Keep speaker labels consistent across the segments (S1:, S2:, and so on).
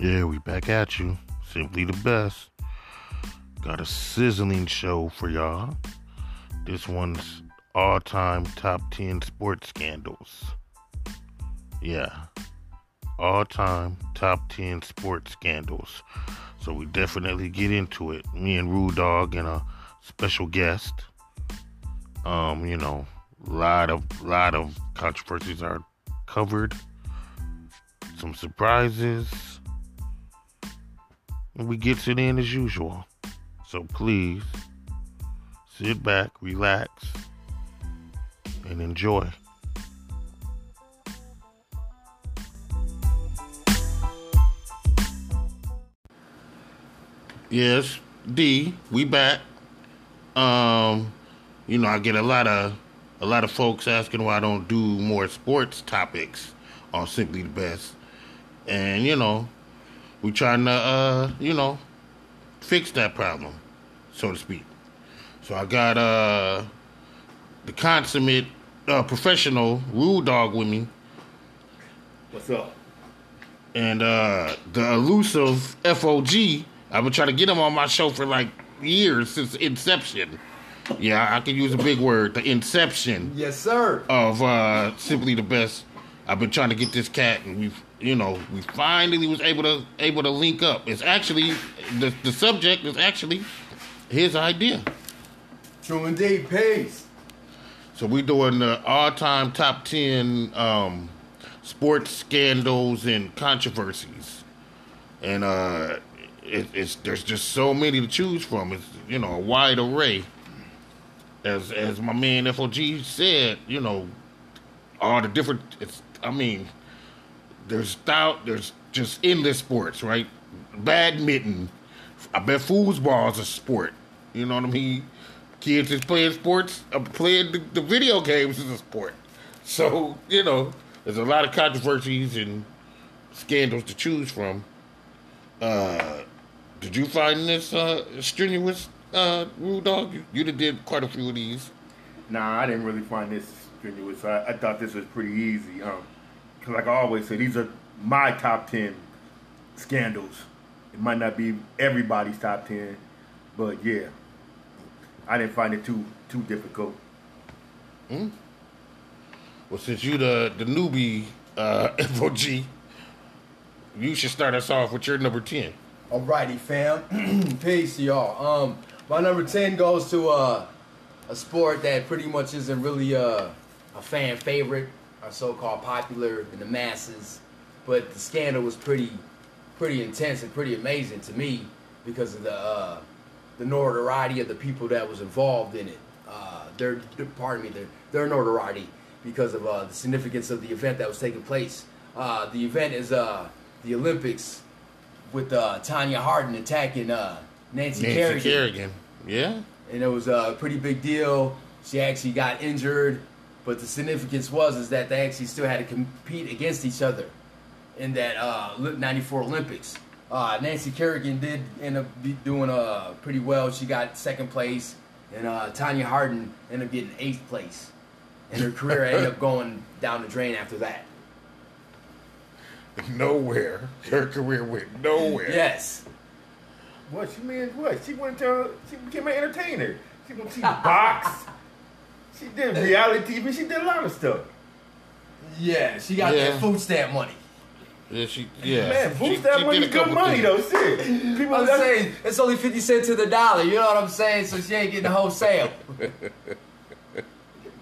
S1: Yeah, we back at you. Simply the best. Got a sizzling show for y'all. This one's all time top 10 sports scandals. Yeah. All time top 10 sports scandals. So we definitely get into it. Me and Rude Dog and a special guest. Um, you know, lot of lot of controversies are covered. Some surprises and we gets it in as usual. So please sit back, relax, and enjoy. Yes, D, we back. Um, you know, I get a lot of a lot of folks asking why I don't do more sports topics on Simply the Best. And you know, we trying to uh you know fix that problem so to speak so i got uh the consummate uh, professional rule dog with me
S2: What's up?
S1: and uh the elusive fog i've been trying to get him on my show for like years since inception yeah i could use a big word the inception
S2: Yes, sir.
S1: of uh, simply the best. I've been trying to get this cat, and we, you know, we finally was able to able to link up. It's actually the the subject is actually his idea.
S2: True indeed. Peace.
S1: So we doing the all time top ten um, sports scandals and controversies, and uh, it, it's there's just so many to choose from. It's you know a wide array. As as my man FOG said, you know, all the different. It's I mean, there's thou there's just endless sports, right? Badminton. I bet foosball is a sport. You know what I mean? Kids is playing sports, uh, playing the, the video games is a sport. So, you know, there's a lot of controversies and scandals to choose from. Uh, did you find this uh, strenuous, uh, Rule Dog? You, you done did quite a few of these.
S2: Nah, I didn't really find this strenuous. I, I thought this was pretty easy. Um, 'cause like I always say, these are my top ten scandals. It might not be everybody's top ten, but yeah, I didn't find it too too difficult.
S1: Well, since you the the newbie uh, FOG, you should start us off with your number ten.
S3: Alrighty, fam. Peace to y'all. Um, my number ten goes to uh, a sport that pretty much isn't really uh, a fan favorite, or so-called popular in the masses, but the scandal was pretty, pretty intense and pretty amazing to me because of the uh, the notoriety of the people that was involved in it. Uh, their, their- pardon me, their, their notoriety because of uh, the significance of the event that was taking place. Uh, the event is uh, the Olympics with uh, Tanya Hardin attacking uh, Nancy,
S1: Nancy
S3: Kerrigan.
S1: Kerrigan. Yeah.
S3: and it was a pretty big deal. She actually got injured, but the significance was is that they actually still had to compete against each other in that uh, Oli- '94 Olympics. Uh, Nancy Kerrigan did end up be doing uh, pretty well. She got second place, and uh, Tanya Hardin ended up getting eighth place, and her career ended up going down the drain after that.
S1: nowhere. Her career went nowhere.
S3: Yes.
S2: What she means? What she went to? She became an entertainer. She went she boxed. She did reality TV. She did a lot of stuff.
S3: Yeah, she got
S1: Yeah.
S3: that food stamp money.
S1: Yeah, she. Yeah.
S2: Man,
S1: She-
S2: boost that
S1: she
S2: money,
S1: did a
S2: good
S1: couple
S2: money
S1: things.
S2: though. Shit, people.
S3: I'm
S2: that's-
S3: saying it's only fifty cents to the dollar. You know what I'm saying? So she ain't getting the whole sale.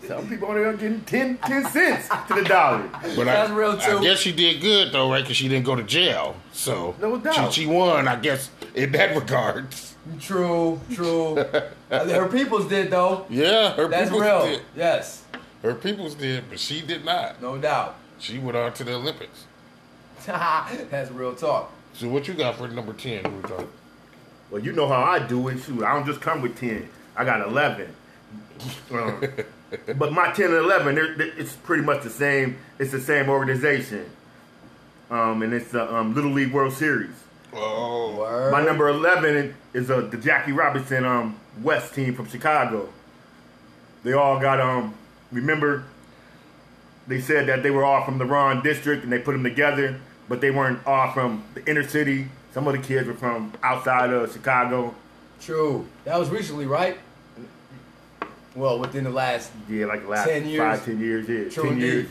S2: Some people only are getting 10, 10 cents to the dollar.
S1: But
S3: That's
S1: I,
S3: real,
S1: I
S3: too.
S1: guess she did good though, right? Because she didn't go to jail. So
S2: No doubt.
S1: she, she won. I guess in that regards.
S3: True, true. Uh, Her peoples did though.
S1: Yeah, her
S3: That's
S1: peoples
S3: real.
S1: did.
S3: Yes,
S1: Her peoples did, but she did not.
S3: no doubt.
S1: She went on to the Olympics.
S3: That's real talk.
S1: So what you got for number ten? Ruto?
S2: Well, you know how I do it. Shoot, I don't just come with 10. I got 11. Um, but my 10 and 11, they're, they it's pretty much the same. It's the same organization. Um, and it's the um, Little League World Series.
S1: Oh,
S3: Word.
S2: My number 11 is uh, the Jackie Robinson um, West team from Chicago. They all got, um, remember, they said that they were all from the wrong district and they put them together but they weren't all from the inner city. Some of the kids were from outside of Chicago.
S3: True. That was recently, right? Well, within the last.
S2: Yeah, like the last
S3: 10 years.
S2: five, ten years. Yeah,
S3: True
S2: ten
S3: indeed.
S2: years.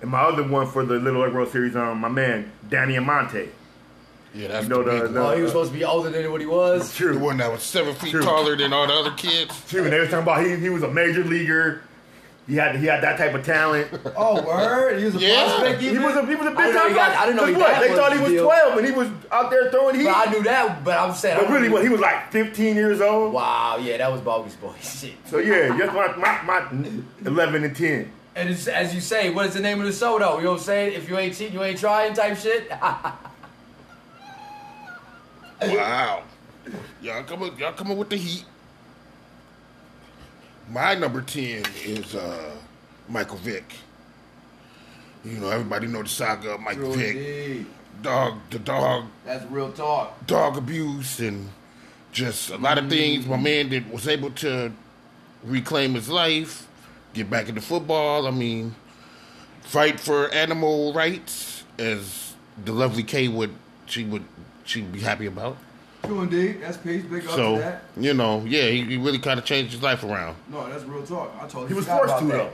S2: And my other one for the Little Egg World Series, um, my man Danny Amante.
S1: Yeah, that's
S2: You know
S1: the,
S2: the-
S1: big
S2: the-
S1: one.
S3: Oh, he was supposed to be older than what he was.
S1: the
S2: True.
S1: one that was seven feet
S2: True.
S1: taller than all the other kids.
S2: True. And they were talking about he, he was a major leaguer. He had he had that type of talent.
S3: Oh, word! He was a
S1: Yeah.
S3: prospect.
S2: He
S3: even?
S2: was a he was a
S3: I
S2: big
S3: didn't know
S2: time
S3: he got- I didn't know he got
S2: They
S3: one
S2: thought he was
S3: deal.
S2: twelve when he was out there throwing heat.
S3: But I knew that. But I'm saying.
S2: But
S3: I
S2: really,
S3: knew-
S2: what he was like fifteen years old.
S3: Wow, yeah, that was bogus boy shit.
S2: So yeah, that's my, my my eleven and ten.
S3: And it's, as you say, what is the name of the show though? You know what I'm saying? If you ain't cheating, you ain't trying type shit.
S1: Wow. Y'all come up, y'all come up with the heat. My number ten is uh, Michael Vick. You know, everybody know the saga of Michael Vick. Dog, the dog,
S4: That's real talk.
S1: dog abuse, and just a lot of things. My man did was able to reclaim his life, get back into football. I mean, fight for animal rights, as the lovely K would she would she would be happy about.
S4: True indeed. That's peace. Big up to
S1: So
S4: that.
S1: you know, yeah, he, he really kind of changed his life around.
S4: No, that's real talk. I told you.
S2: He was forced to though.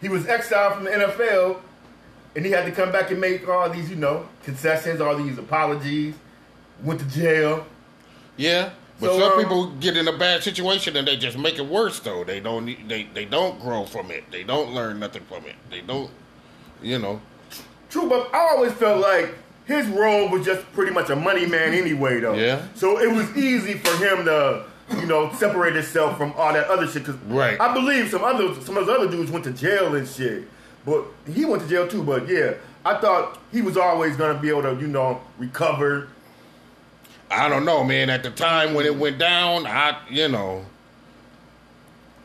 S2: He was exiled from the NFL, and he had to come back and make all these, you know, concessions, all these apologies. Went to jail.
S1: Yeah, but
S2: So,
S1: some
S2: um,
S1: people get in a bad situation and they just make it worse. Though they don't need- they they don't grow from it. They don't learn nothing from it. They don't, you know.
S2: True, but I always felt like his role was just pretty much a money man anyway, though.
S1: Yeah.
S2: So it was easy for him to, you know, separate himself from all that other shit. Cause
S1: Right.
S2: I believe some other some of those other dudes went to jail and shit, but he went to jail too. But yeah, I thought he was always gonna be able to, you know, recover.
S1: I don't know, man. At the time when it went down, I you know,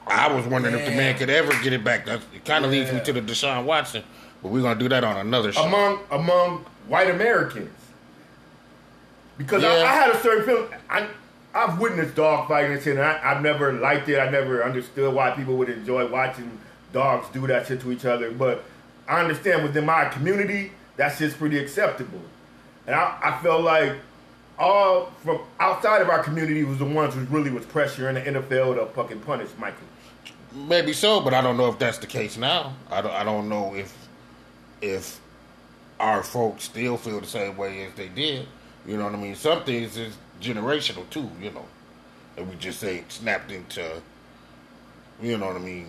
S1: I was wondering if the man
S3: Yeah.
S1: could ever get it back. That kind of leads me
S3: Yeah.
S1: to the Deshaun Watson, but we're gonna do that on another show.
S2: among among white Americans. Because I,
S1: Yeah.
S2: I had a certain feeling. I, I've witnessed dog fighting and shit, and I, I've never liked it. I never understood why people would enjoy watching dogs do that shit to each other. But I understand within my community, that shit's pretty acceptable. And I, I felt like all from outside of our community was the ones who really was pressuring the NFL to fucking punish Michael.
S1: Maybe so, but I don't know if that's the case now. I don't, I don't know if if our folks still feel the same way as they did. You know what I mean? Some things is generational too. You know, and we just ain't snapped into. You know what I mean?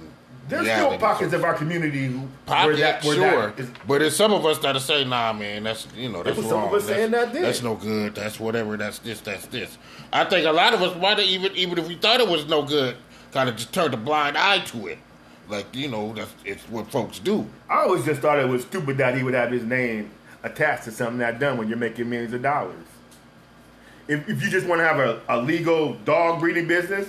S2: There's
S1: reality.
S2: still pockets of our community who
S1: Pocket, sure,
S2: that is
S1: but it's some of us that'll say, "Nah, man, that's you know that's
S2: was
S1: wrong.
S2: some of us
S1: that's,
S2: saying that then.
S1: that's no good. That's whatever. That's this. That's this." I think a lot of us might have even even if we thought it was no good, kind of just turned a blind eye to it. Like you know, that's it's what folks do.
S2: I always just thought it was stupid that he would have his name attached to something that done when you're making millions of dollars. If, if you just want to have a, a legal dog breeding business,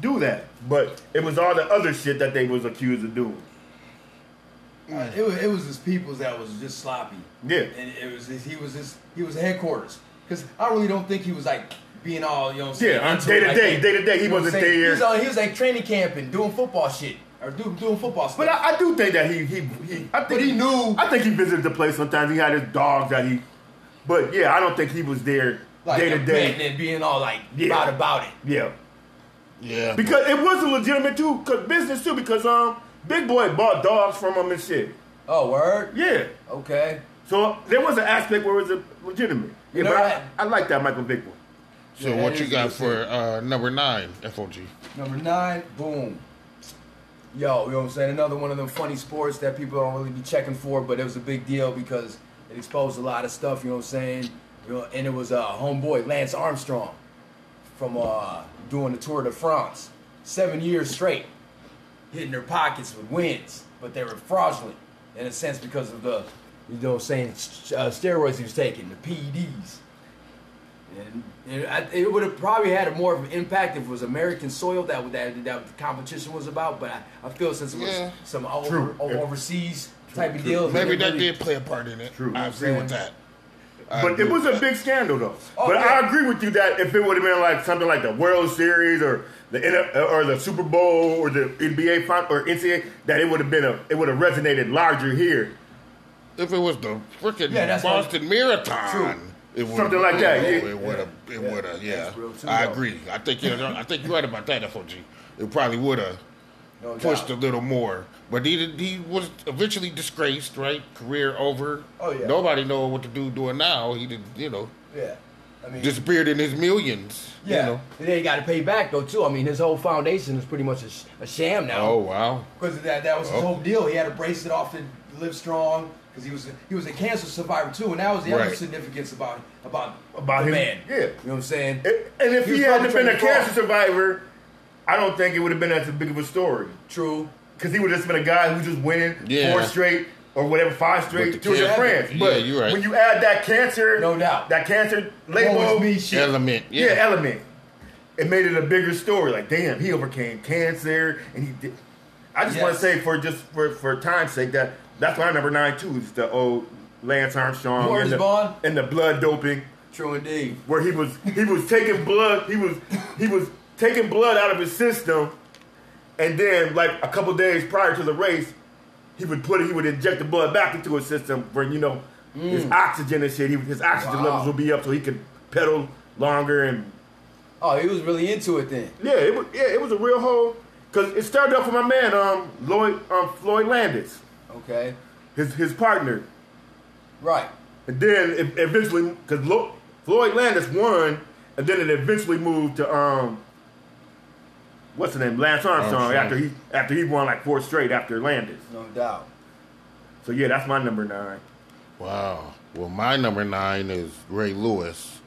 S2: do that. But it was all the other shit that they was accused of doing.
S4: Uh, it, was, it was his peoples that was just sloppy.
S2: Yeah.
S4: And it was his, he was his he was headquarters. Because I really don't think he was like being all you know. What I'm saying,
S2: Yeah, on
S4: into
S2: day
S4: it
S2: to
S4: like
S2: day,
S4: that.
S2: day to day, he
S4: You know what I'm
S2: wasn't
S4: saying?
S2: there.
S4: He was,
S3: uh,
S4: on, he was like training camping, doing football shit or do, doing football stuff.
S2: But I, I do think that he he, he I think
S4: But he knew-
S2: I think he visited the place sometimes. He had his dogs that he. But yeah, I don't think he was there
S4: like,
S2: day to
S4: and
S2: day.
S4: then being all like
S2: Yeah.
S4: loud about it.
S2: Yeah.
S1: Yeah,
S2: Because it was a legitimate too, cause business too, because um, Big Boy bought dogs from him and shit.
S3: oh, word.
S2: Yeah.
S3: Okay.
S2: So there was an aspect where it was legitimate. Yeah,
S3: You know
S2: but
S3: what?
S2: I, I like that Michael Vick one.
S1: so
S3: Yeah,
S1: what
S3: that
S1: you
S3: is
S1: got
S3: good
S1: for uh, number nine, FOG?
S3: Number nine, boom. Yo, you know what I'm saying? Another one of them funny sports that people don't really be checking for, but it was a big deal because it exposed a lot of stuff, you know what I'm saying? You know, and it was uh, homeboy Lance Armstrong from uh, doing the Tour de France. Seven years straight, hitting their pockets with wins, but they were fraudulent in a sense because of the, you know what I'm saying, st- uh, steroids he was taking, the PEDs. And, and I, it would have probably had a more of an impact if it was American soil that would- that, that the competition was about. But I, I feel since it was
S1: Yeah.
S3: some over,
S2: True.
S3: over- overseas type of deals,
S1: Maybe
S3: it
S1: that
S3: really-
S1: did play a part in it.
S2: True.
S1: I agree with that. I
S2: But
S1: agree
S2: it was
S1: with
S2: a big scandal though.
S3: Oh,
S2: but
S3: yeah.
S2: I agree with you that if it would have been like something like the World Series or the N- or the Super Bowl or the NBA fin- or NCAA, that it would have been a it would have resonated larger here.
S1: If it was the freaking
S3: Yeah, that's what-
S1: Boston Marathon,
S3: True.
S1: it would've-
S2: Something like that,
S1: It,
S2: yeah.
S1: would have. It would have. Yeah,
S5: That's real too,
S1: I
S5: though.
S1: agree. I think you're. I think you're right about that, FOG. It probably would have
S5: No
S1: pushed
S5: doubt.
S1: a little more, but he did- he was eventually disgraced. Right, career over.
S5: Oh, yeah.
S1: Nobody know what the dude doing now. He did. You know,
S5: Yeah. I mean,
S1: disappeared in his millions.
S5: yeah.
S1: You know.
S5: And then he got to pay back, though, too. I mean, his whole foundation is pretty much a, sh- a sham now.
S1: Oh wow.
S3: Because that, that was his
S1: Oh.
S3: whole deal. He had to brace it off to live strong because he was he was a cancer survivor too, and that was the other
S1: Right.
S3: significance about about
S2: About
S3: the
S2: him.
S3: man.
S2: Yeah.
S3: You know what I'm saying?
S2: And and if
S3: He
S2: he,
S3: was
S2: hadn't been a
S3: perpetrating
S2: cancer survivor, I don't think it would have been as big of a story.
S3: True.
S2: Because he would have just been a guy who just winning
S1: Yeah.
S2: four straight or whatever, five
S1: the
S2: straight through your
S1: cancer-
S2: friends.
S1: yeah,
S2: But
S1: you're right.
S2: when you add that cancer,
S3: No doubt.
S2: that cancer
S3: What
S2: label,
S3: was me shit?
S1: Element.
S2: yeah. element, it made it a bigger story. Like, damn, he overcame cancer, and he did. I just want to
S3: Yes.
S2: say for just for for time's sake that that's why number nine too is the old Lance Armstrong
S3: Morris
S2: and the,
S3: Bond?
S2: and the blood doping
S3: True indeed.
S2: where he was he was taking blood he was he was taking blood out of his system and then like a couple days prior to the race he would put it he would inject the blood back into his system where you know his oxygen and shit he, his oxygen
S3: Wow.
S2: levels would be up so he could pedal longer and
S3: Oh, he was really into it then.
S2: yeah it was yeah it was a real whole because it started off with my man um Lloyd um Floyd Landis
S3: Okay.
S2: his his partner
S3: Right.
S2: And then it eventually, because Floyd Landis won, and then it eventually moved to um, what's the name, Lance Armstrong.
S1: Armstrong.
S2: After he after he won like four straight after Landis.
S3: No doubt.
S2: So yeah, that's my number nine.
S1: Wow. Well, my number nine is Ray Lewis.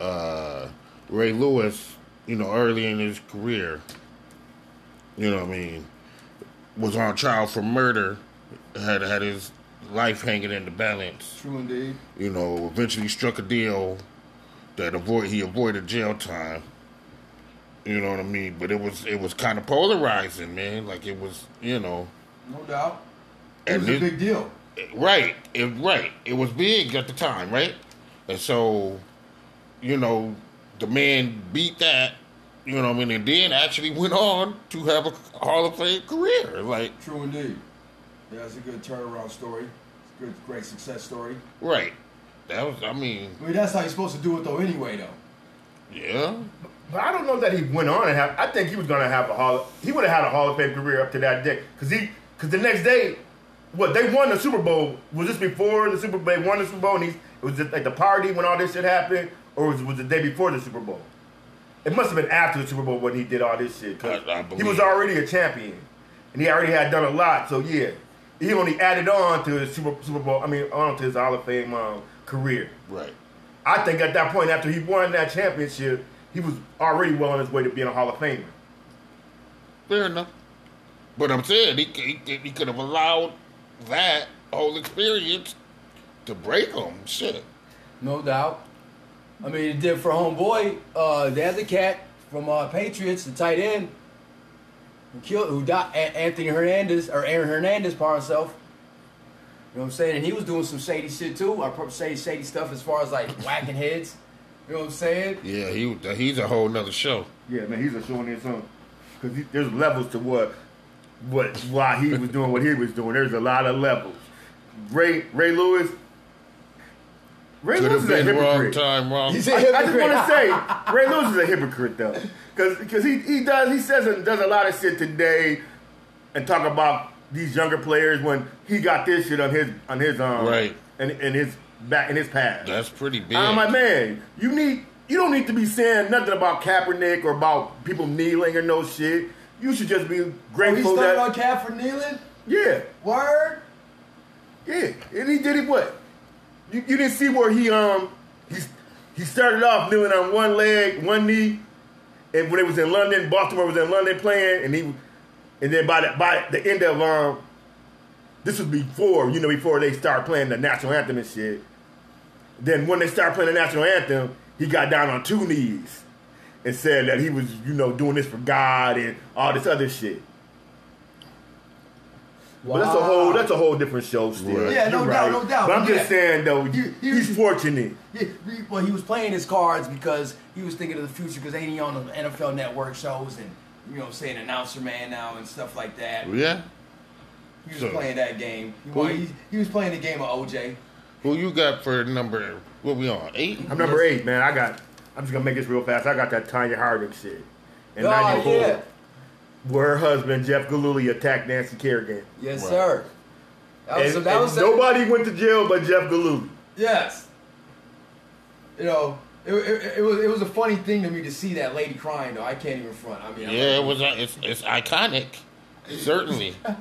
S1: Uh, Ray Lewis, you know, early in his career, you know what I mean, was on trial for murder, had had his life hanging in the balance.
S3: True indeed.
S1: You know, eventually struck a deal that avoid he avoided jail time. You know what I mean? But it was it was kind of polarizing, man. Like it was, you know,
S3: No doubt. It
S1: And
S3: was
S1: it-
S3: a big deal.
S1: Right. It right. It was big at the time, right? And so, you know, the man beat that, you know what I mean, and then actually went on to have a Hall of Fame career. Like
S3: True indeed. Yeah, it's a good turnaround story. It's a good, great success story.
S1: right. That was I mean,
S3: I mean, that's how you're supposed to do it though, anyway, though.
S1: yeah.
S2: But I don't know that he went on and have. I think he was gonna have a hall. He would have had a Hall of Fame career up to that day, cause he, cause the next day, what they won the Super Bowl was this before the Super Bowl? They won the Super Bowl, and he, it was just like the party when all this shit happened, or was was the day before the Super Bowl? It must have been after the Super Bowl when he did all this shit, cause
S1: I- I
S2: he was
S1: believe.
S2: already a champion, and he already had done a lot. So yeah, he only added on to his Super Super Bowl. I mean, on to his Hall of Fame um, career.
S1: Right.
S2: I think at that point, after he won that championship, he was already well on his way to being a Hall of Famer.
S1: Fair enough. But I'm saying he c- he, he could have allowed that whole experience to break him. Shit.
S5: No doubt. I mean, it did for homeboy, uh, the other cat from uh, Patriots, the tight end, who killed, who died, A- Anthony Hernandez or Aaron Hernandez by himself. You know what I'm saying? And he was doing some shady shit too. I probably say shady stuff as far as like whacking heads. You know what I'm saying?
S1: Yeah, he he's a whole nother show.
S2: Yeah, man, he's a showing his own. Because there's levels to what, what, why he was doing what he was doing. There's a lot of levels. Ray Ray Lewis. Ray
S1: Could
S2: Lewis
S1: have
S2: is a
S1: been wrong
S2: hypocrite.
S1: time, wrong.
S5: He's a
S2: I, I just
S5: hypocrite.
S2: want to say Ray Lewis is a hypocrite though, because he, he does he says and does a lot of shit today, and talk about these younger players when he got this shit on his on his um
S1: Right.
S2: and and his back in his past.
S1: That's pretty big.
S2: I'm like, man, you need you don't need to be saying nothing about Kaepernick or about people kneeling or no shit. You should just be
S3: He
S2: grateful
S3: started
S2: that
S3: on Cat for kneeling.
S2: yeah,
S3: Word.
S2: yeah. And he did it what? You, you didn't see where he um he he started off kneeling on one leg, one knee, and when it was in London, Baltimore was in London playing, and he and then by the by the end of um this was before you know before they started playing the national anthem and shit. Then when they started playing the national anthem, he got down on two knees and said that he was you know doing this for God and all this other shit. But that's a whole that's a whole different show still.
S1: Right.
S3: Yeah, no
S2: You're
S3: doubt, no doubt,
S2: But I'm
S3: but
S2: just
S3: yeah.
S2: saying though,
S3: You- you-
S2: he's fortunate.
S5: Yeah, he- well, he was playing his cards because he was thinking of the future because ain't he on the NFL Network shows and
S3: You know, what I'm saying announcer man now and stuff like that.
S1: yeah.
S3: He was
S1: So-
S3: playing that game. He, wanted- he, he was playing the game of OJ.
S1: Who you got for number? What we on? Eight.
S2: I'm number eight, man. I got. I'm just gonna make this real fast. I got that Tanya Harding shit. In
S3: Oh,
S2: '94,
S3: yeah.
S2: where her husband Jeff Galooly attacked Nancy Kerrigan.
S3: Yes,
S1: Right.
S3: sir. That was,
S2: And-
S3: Oh, that
S2: and
S3: was
S2: nobody went to jail but Jeff Galooly.
S3: Yes. You know, it, it, it was it was a funny thing to me to see that lady crying though. I can't even front. I mean, I'm
S1: Yeah,
S3: like-
S1: it was. uh, It's, it's iconic. Certainly.
S3: Like,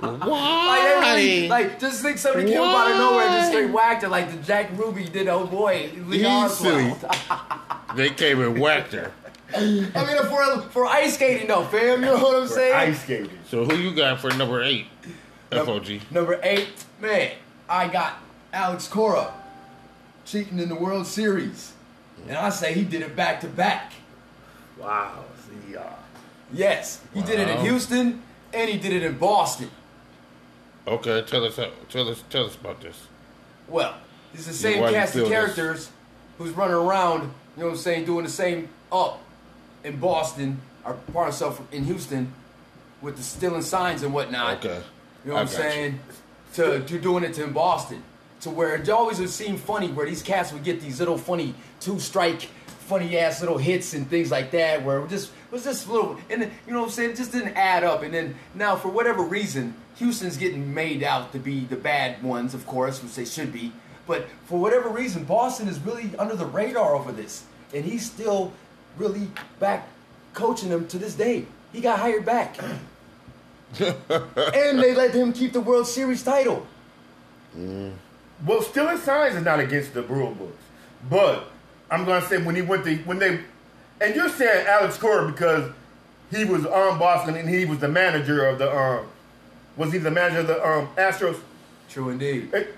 S1: Why?
S3: they really- like, just think somebody came up out of nowhere and just straight whacked it like the Jack Ruby did. Oh boy, Lee
S1: He's silly.
S3: Oswald.
S1: they came and whacked her.
S3: I mean, for for ice skating though, fam. You know what I'm saying?
S2: Ice skating.
S1: So who you got for number eight? FOG.
S3: Number eight, man, I got Alex Cora cheating in the World Series, and I say he did it back to back.
S2: Wow. See, uh,
S3: Yes, he did it in
S1: Wow.
S3: Houston and he did it in Boston.
S1: Okay, tell us. how- Tell us. Tell us about this.
S3: Well, it's the same
S1: why you
S3: cast
S1: feel
S3: of
S1: this?
S3: characters who's running around, you know what I'm saying, doing the same up in Boston, or part of stuff in Houston, with the stealing signs and whatnot.
S1: Okay.
S3: You know what
S1: I
S3: I'm
S1: got you.
S3: saying? To, to doing it to in Boston. To where it always would seem funny where these cats would get these little funny two strike, funny ass little hits and things like that where it just was just little and then, you know what I'm saying, it just didn't add up. And then now for whatever reason, Houston's getting made out to be the bad ones, of course, which they should be. But for whatever reason, Boston is really under the radar over this. And he's still really back coaching them to this day. He got hired back and they let him keep the World Series title.
S2: well, stealing signs is not against the rule books, but I'm gonna say when he went to when they, and you're saying Alex Cora because he was on Boston and he was the manager of the um, was he the manager of the um Astros?
S3: True indeed.
S2: It-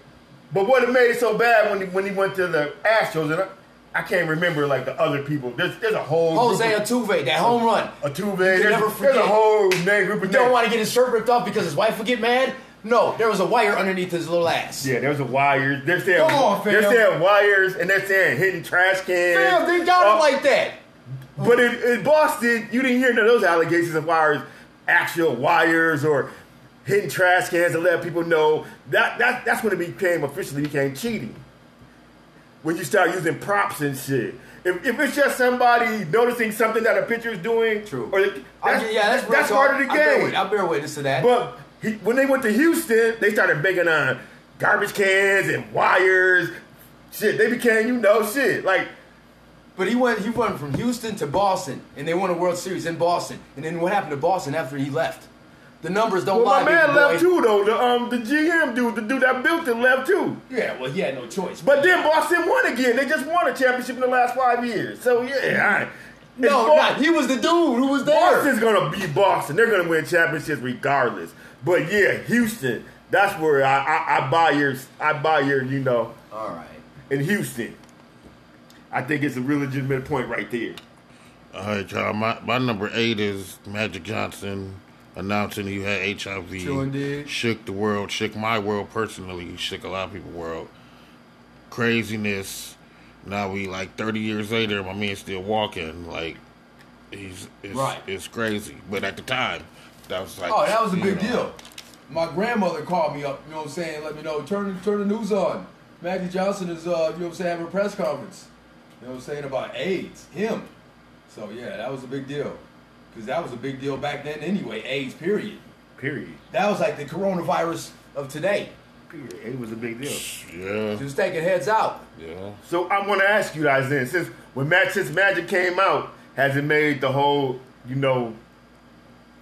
S2: But what it made it so bad when he, when he went to the Astros, and I, I can't remember like the other people. There's there's a whole
S3: Jose
S2: group
S3: Altuve, that home run.
S2: of, Altuve. There's,
S3: never
S2: there's a
S3: forget.
S2: whole name group
S3: You
S2: of
S3: don't
S2: names.
S3: want to get his shirt ripped off because his wife would get mad. No, there was a wire underneath his little ass.
S2: Yeah, there's a wires. They're saying
S3: Come on, fam.
S2: they're saying wires, and they're saying hitting trash cans.
S3: Damn, they got
S2: Uh,
S3: it like that.
S2: But in, in Boston, you didn't hear none of those allegations of wires, actual wires or hitting trash cans to let people know that, that that's when it became officially became cheating. When you start using props and shit. If, if it's just somebody noticing something that a pitcher is doing,
S3: True.
S2: Or,
S3: I-
S2: that's,
S3: yeah, that's, real
S2: that's
S3: talk.
S2: part of the
S3: I bear, wit-
S2: game.
S3: I bear witness to that.
S2: But he, when they went to Houston, they started begging on garbage cans and wires. Shit, they became you know shit like.
S3: But he went he went from Houston to Boston, and they won a World Series in Boston. And then what happened to Boston after he left? The numbers don't
S2: Well,
S3: lie,
S2: my man
S3: big
S2: left
S3: boy.
S2: too, though. The um, the GM dude, the dude that built it, left too.
S3: Yeah, well, he had no choice.
S2: But then Boston won again. They just won a championship in the last five years. So yeah, I,
S3: no,
S2: it's Bo-
S3: not. he was the dude who was there.
S2: Boston's gonna be Boston. They're gonna win championships regardless. But yeah, Houston. That's where I, I, I buy your I buy your you know
S3: All right.
S2: in Houston. I think it's a real legitimate point right there.
S1: All right, y'all. My, my number eight is Magic Johnson announcing he had HIV.
S3: Sure did.
S1: Shook the world. Shook my world personally. Shook a lot of people's world. Craziness. Now we like 30 years later, my man's still walking. Like he's it's,
S3: Right.
S1: it's crazy. But at the time, that was like
S3: Oh, that was a
S1: you
S3: big
S1: know,
S3: deal. My grandmother called me up, you know what I'm saying, let me know, turn, turn the news on. Maggie Johnson is, uh, you know what I'm saying, having a press conference. You know what I'm saying, about AIDS, him. So, yeah, that was a big deal. Because that was a big deal back then anyway, AIDS, period.
S2: Period.
S3: That was like the coronavirus of today.
S2: Period. It was a big deal.
S1: Yeah,
S3: Just taking heads out.
S1: yeah.
S2: So I want to ask you guys then, since when Mag- since Magic came out, has it made the whole you know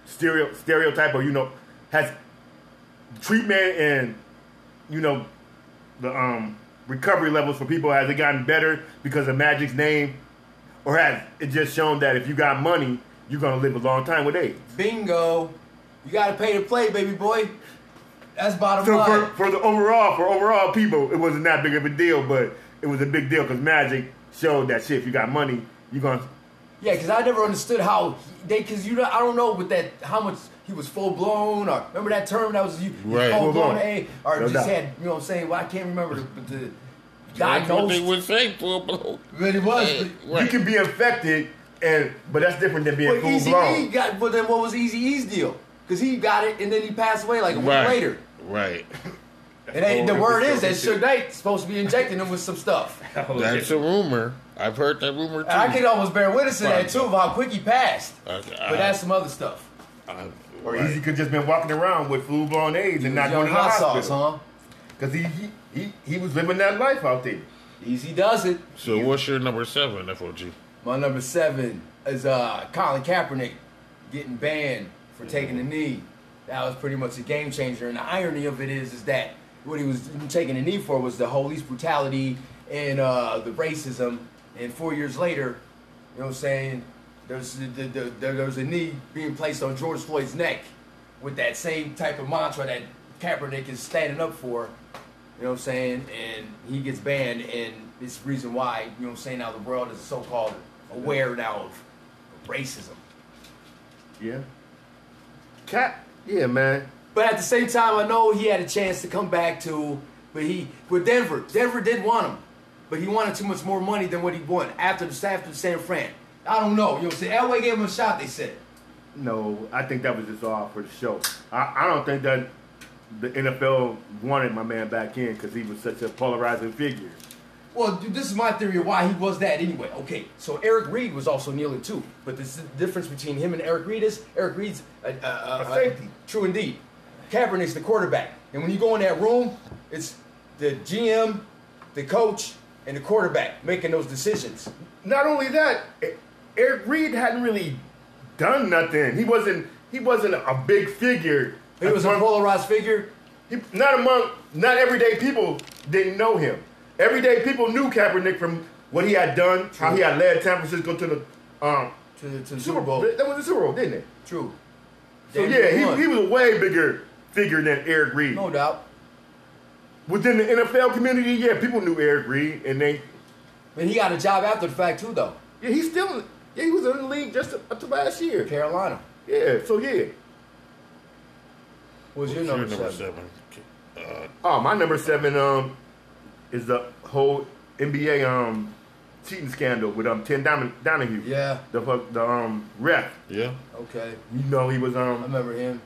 S2: stereo stereotype or you know has treatment and you know the um recovery levels for people has it gotten better because of Magic's name, or has it just shown that if you got money, you're gonna live a long time with AIDS?
S3: Bingo. You got to pay to play, baby boy. That's bottom
S2: So
S3: line.
S2: for, for the overall for overall people, it wasn't that big of a deal, but it was a big deal because Magic showed that shit. If you got money, you're gonna
S3: Yeah, because I never understood how he- they. Because you, know, I don't know with that how much he was full blown or remember that term that was you
S1: Right.
S3: full blown
S2: Full-blown.
S3: A eh? or
S2: No
S3: just
S2: doubt.
S3: had you know what I'm saying. Well, I can't remember the, the
S1: That's what they
S3: diagnosis.
S1: would say full blown.
S3: But it was.
S2: You can be infected, and but that's different than being
S3: But
S2: full
S3: Easy
S2: blown.
S3: E got. But then what was Easy E's deal? because he got it and then he passed away like a week
S1: right.
S3: later.
S1: Right.
S3: And they, the
S2: Oh,
S3: word
S2: it was
S3: is that
S2: so-
S3: Suge Knight's supposed to be injecting him with some stuff.
S1: That's a rumor. I've heard that rumor too.
S3: Oh, And I could almost bear witness to that too of how quick he passed.
S1: I- I-
S3: But that's some other stuff.
S1: I-
S2: Or
S1: right.
S2: Easy could just been walking around with flu blown AIDS and not
S3: Young
S2: going to the
S3: hot
S2: hospital.
S3: sauce, huh?
S2: Cause he, he he he was living that life out there.
S3: Easy does it.
S1: So what's your number seven, FOG?
S3: My number seven is uh, Colin Kaepernick getting banned for taking the knee. That was pretty much a game changer. And the irony of it is, is that what he was taking the knee for was the police brutality and uh, the racism. And four years later, you know what I'm saying? There's the, the, the, there, there was a knee being placed on George Floyd's neck with that same type of mantra that Kaepernick is standing up for. You know what I'm saying? And he gets banned, and it's the reason why, you know what I'm saying, now the world is so called aware now of racism.
S2: Yeah. Cat. Yeah, man.
S3: But at the same time, I know he had a chance to come back to, but he, with Denver, Denver did want him, but he wanted too much more money than what he wanted after the, after the San Fran. I don't know. You know what I'm saying? Elway gave him a shot, they said.
S2: No, I think that was just all for the show. I, I don't think that the NFL wanted my man back in because he was such a polarizing figure.
S3: Well, dude, this is my theory of why he was that anyway. Okay, so Eric Reed was also kneeling too, but this- the difference between him and Eric Reed is Eric Reed's
S2: Uh,
S3: a, a, a,
S2: A safety.
S3: true indeed. Kaepernick's the quarterback, and when you go in that room, it's the GM, the coach, and the quarterback making those decisions.
S2: Not only that, E- Eric Reed hadn't really done nothing. He wasn't he wasn't a big figure.
S3: He was a
S2: Among-
S3: polarized figure.
S2: He, not among, not everyday people didn't know him. Everyday people knew Kaepernick from what he had done, how he had led San Francisco to the um,
S3: To the, to the
S2: Super Bowl. That was the Super Bowl, didn't it?
S3: True.
S2: So
S3: Damn,
S2: yeah,
S3: he won.
S2: he, he was a way bigger figure than Eric Reed.
S3: No doubt.
S2: Within the NFL community, yeah, people knew Eric Reed, and they
S3: And he got a job after the fact too, though.
S2: yeah, he's still yeah, he was in the league just up to last year.
S3: Carolina
S2: Yeah, so yeah.
S3: was your
S1: What's
S3: number,
S1: your number
S3: seven.
S1: seven? Uh,
S2: Oh, my number seven um is the whole NBA um cheating scandal with um Tim Don- Donahue.
S3: Yeah.
S2: the fuck the um ref.
S1: yeah.
S3: Okay,
S2: You know he was
S3: I
S2: um
S3: remember him.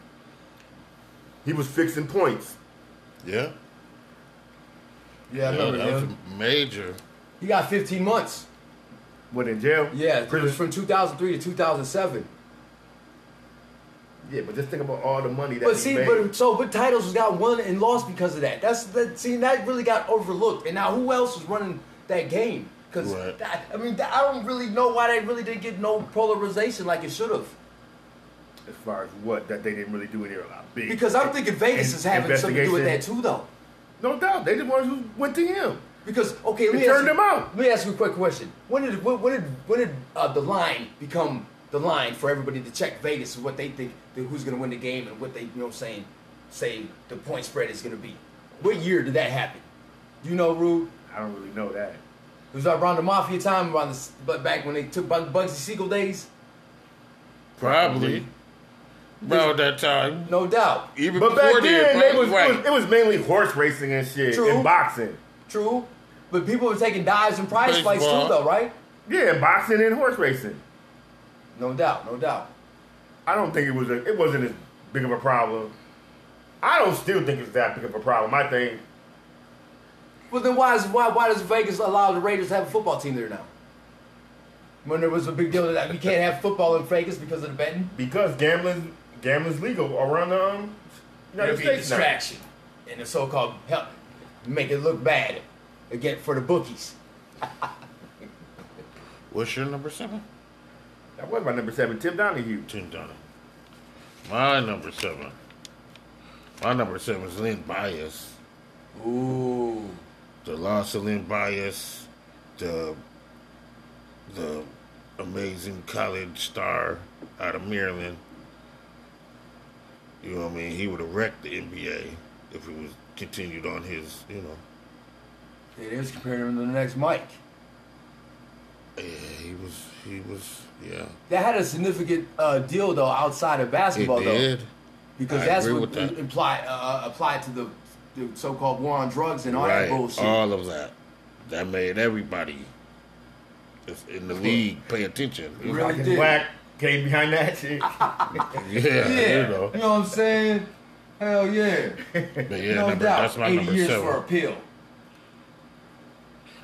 S2: he was fixing points.
S1: Yeah.
S3: Yeah,
S1: Yeah,
S3: I remember
S1: that was
S3: him.
S1: a major.
S3: He got 15 months.
S2: What in jail?
S3: Yeah, it was from
S2: prison.
S3: 2003 to 2007.
S2: Yeah, but just think about all the money that.
S3: But
S2: he
S3: see,
S2: made.
S3: but so but titles got won and lost because of that. That's that. See, that really got overlooked. And now who else was running that game? Because
S1: Right.
S3: I mean, that- I don't really know why they really didn't get no polarization like it should have.
S2: as far as what that they didn't really do it here a lot big.
S3: Because I'm thinking Vegas
S2: In-
S3: is having something to do with that
S2: investigation.
S3: too, though.
S2: No doubt, they the ones who went to him.
S3: Because okay, let
S2: They
S3: me ask
S2: turned
S3: you,
S2: him
S3: Let
S2: out.
S3: me ask you a quick question. When did when, when did when did uh, the line become the line for everybody to check Vegas what they think that who's going to win the game and what they you know what I'm saying say the point spread is going to be? What year did that happen? You know, Rube.
S2: I don't really know that.
S3: It was around the mafia time, around the s- but back when they took Bug- Bugsy Siegel days.
S1: Probably. About that time.
S3: No doubt.
S1: Even
S2: But
S1: before
S2: back then,
S1: probably-
S2: they was,
S1: right.
S2: it was it was mainly horse racing and shit
S3: True.
S2: and boxing.
S3: True. But people were taking dives and prize fights too,
S1: Baseball.
S3: though, right?
S2: Yeah, boxing and horse racing.
S3: No doubt. No doubt.
S2: I don't think it was a, it wasn't as big of a problem. I don't still think it's that big of a problem. I think
S3: Well, then why is why why does Vegas allow the Raiders to have a football team there now? When there was a big deal that we can't have football in Vegas because of the betting.
S2: because gambling gambling's legal around the um, United
S3: It'll be a
S2: States now.
S3: distraction and the so-called help make it look bad again for the bookies.
S1: What's your number seven?
S2: That was my number seven, Tim Donahue.
S1: Tim Dunham. My number seven. My number seven is Lynn Bias.
S3: Ooh,
S1: The loss of Lynn Bias, the the amazing college star out of Maryland. You know what I mean? He would have wrecked the NBA if it was continued on his, you know.
S3: it is comparing him to the next Mike.
S1: Yeah, he was he was yeah.
S3: That had a significant uh, deal though outside of basketball
S1: It
S3: though.
S1: did.
S3: because
S1: I
S3: that's
S1: agree
S3: what
S1: with that.
S3: imply uh, applied to the, the so-called war on drugs and all
S1: right. Uh,
S3: that bullshit.
S1: All of that. That made everybody that's in the league pay attention.
S2: It was
S3: Really
S2: like his
S3: did.
S2: black Came behind that shit.
S1: Yeah,
S3: Yeah,
S1: you know.
S3: what I'm saying? Hell yeah,
S1: But yeah,
S3: no
S1: number,
S3: doubt.
S1: that's my
S3: 80
S1: number
S3: years
S1: seven.
S3: for appeal.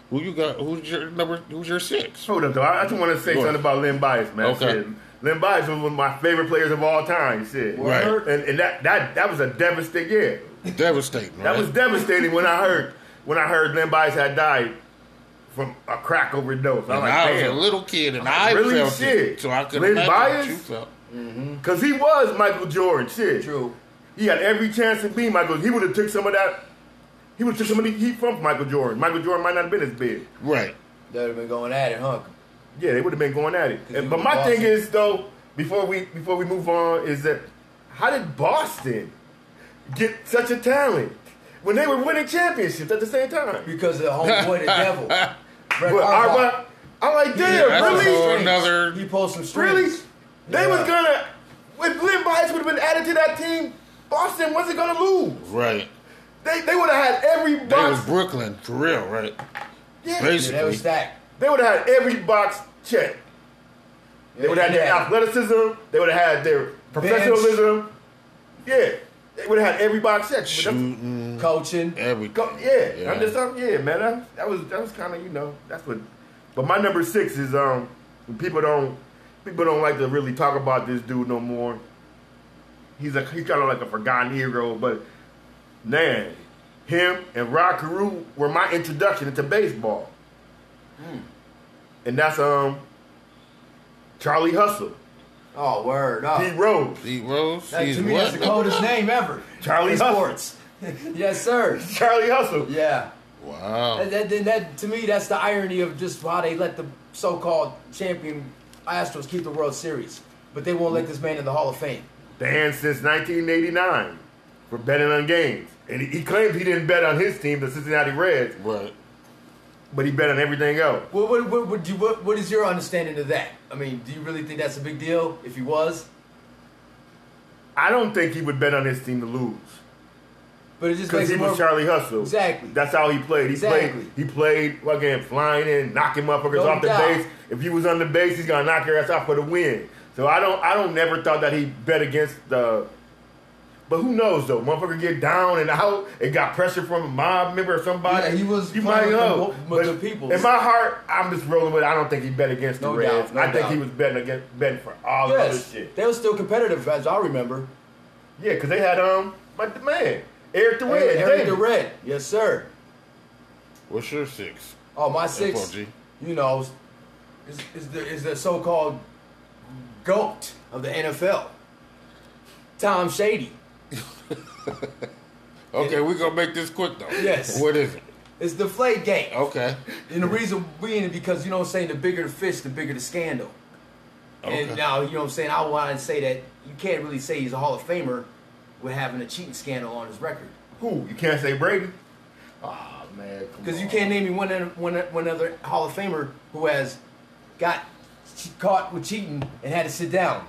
S1: Who you got? Who's your number? Who's your six?
S2: Hold up, though. I, I just want to say
S1: Go ahead.
S2: something about Lynn Bias, man.
S1: Okay.
S2: Shit. Lynn Bias was one of my favorite players of all time. Shit.
S1: Right.
S2: And, and that, that that was a devastating year.
S1: Devastating.
S2: That
S1: right?
S2: was devastating when I heard when I heard Lynn Bias had died from a crack overdose. I'm
S1: And
S2: like,
S1: I was
S2: damn.
S1: a little kid, and
S2: like,
S1: I
S2: really?
S1: felt it.
S2: Shit.
S1: So I could
S2: Lynn
S1: imagine what
S2: Bias?
S1: you felt.
S2: Cause he was Michael Jordan, shit.
S3: True.
S2: He had every chance to be Michael. He would have took some of that. He would have took some of the heat from Michael Jordan. Michael Jordan might not have been as big.
S1: Right.
S5: They'd have been going at it, huh?
S2: Yeah, they would have been going at it.
S5: he
S2: And- but
S5: was
S2: my
S5: Boston.
S2: thing is though, before we before we move on, is that how did Boston get such a talent when they were winning championships at the same time?
S3: Because of the homeboy, the devil. Brett
S2: But I,
S3: Arbaugh.
S2: wa- I'm like, damn,
S1: that's
S2: really?
S1: a whole
S3: Strings.
S1: another-
S3: He pulled some strings.
S2: Really? They
S3: Yeah.
S2: was gonna if Lynn Bias would have been added to that team, Boston wasn't gonna lose.
S1: Right.
S2: They they would have had every
S1: They was
S2: box.
S1: Brooklyn for real, right?
S2: yeah,
S1: Basically,
S3: Yeah, they was stacked.
S2: they would have had every box check. They would have had their
S3: Yeah.
S2: athleticism. They would have had their professionalism. Yeah, they would have had every box check. But that's-
S1: shooting
S3: Coaching.
S1: everything.
S2: go- yeah,
S1: Yeah.
S2: I'm just talking. Yeah, man, that, that was that was kind of you know that's what. But my number six is um people don't people don't like to really talk about this dude no more. He's a he's kind of like a forgotten hero, but man, him and Rod Carew were my introduction into baseball, and that's um Charlie Hustle,
S3: Oh, word up.
S2: Pete Rose.
S1: Pete Rose.
S3: That,
S1: he's
S3: to me,
S1: what?
S3: that's the coldest name ever.
S2: Charlie
S3: in
S2: Hustle.
S3: sports. yes, sir.
S2: Charlie Hustle.
S3: Yeah.
S1: Wow.
S3: And that, then that, to me, that's the irony of just how they let the so-called champion Astros keep the World Series, but they won't let this man in the Hall of Fame.
S2: Banned since 1989 for betting on games. And he, he claims he didn't bet on his team, the Cincinnati Reds,
S1: Right.
S2: but he bet on everything else.
S3: What, what, what, what, do you, what, what is your understanding of that? I mean, do you really think that's a big deal? If he was,
S2: I don't think he would bet on his team to lose
S3: but it just
S2: because
S3: makes
S2: he
S3: it more.
S2: was Charlie Hustle.
S3: Exactly.
S2: That's how he played. He
S3: Exactly.
S2: played. He played fucking flying in, knocking motherfuckers
S3: No
S2: off the
S3: doubt.
S2: base. If he was on the base, he's gonna knock your ass off for the win. So I don't. I don't never thought that he bet against the. But who knows though? Motherfucker get down and out and got pressure from a mob member or somebody.
S3: Yeah, he was
S2: You might
S3: playing with
S2: know.
S3: the- with
S2: But
S3: the people.
S2: In my heart, I'm just rolling with. it. I don't think he bet against
S3: No
S2: the Reds.
S3: doubt, no
S2: I think
S3: doubt.
S2: he was betting against betting for all the other
S3: yes,
S2: shit.
S3: they were still competitive, as I remember.
S2: Yeah, because they had um my man Eric the Red.
S3: Eric the
S2: Davis.
S3: Red, yes, sir.
S1: What's your six?
S3: Oh, my six.
S1: FOG.
S3: You know, is, is the is the so-called goat of the NFL, Tom Shady.
S1: Okay, we're gonna make this quick though.
S3: Yes.
S1: What is it?
S3: It's the Flay Gate,
S1: Okay.
S3: and the reason being is because you know what I'm saying. The bigger the fish, the bigger the scandal.
S1: Okay.
S3: And now you know what I'm saying. I want to say that you can't really say he's a Hall of Famer with having a cheating scandal on his record.
S2: Who you can't say Brady? Oh man, come
S3: Because you
S2: on.
S3: can't name me one, one, one other Hall of Famer who has got che- caught with cheating and had to sit down.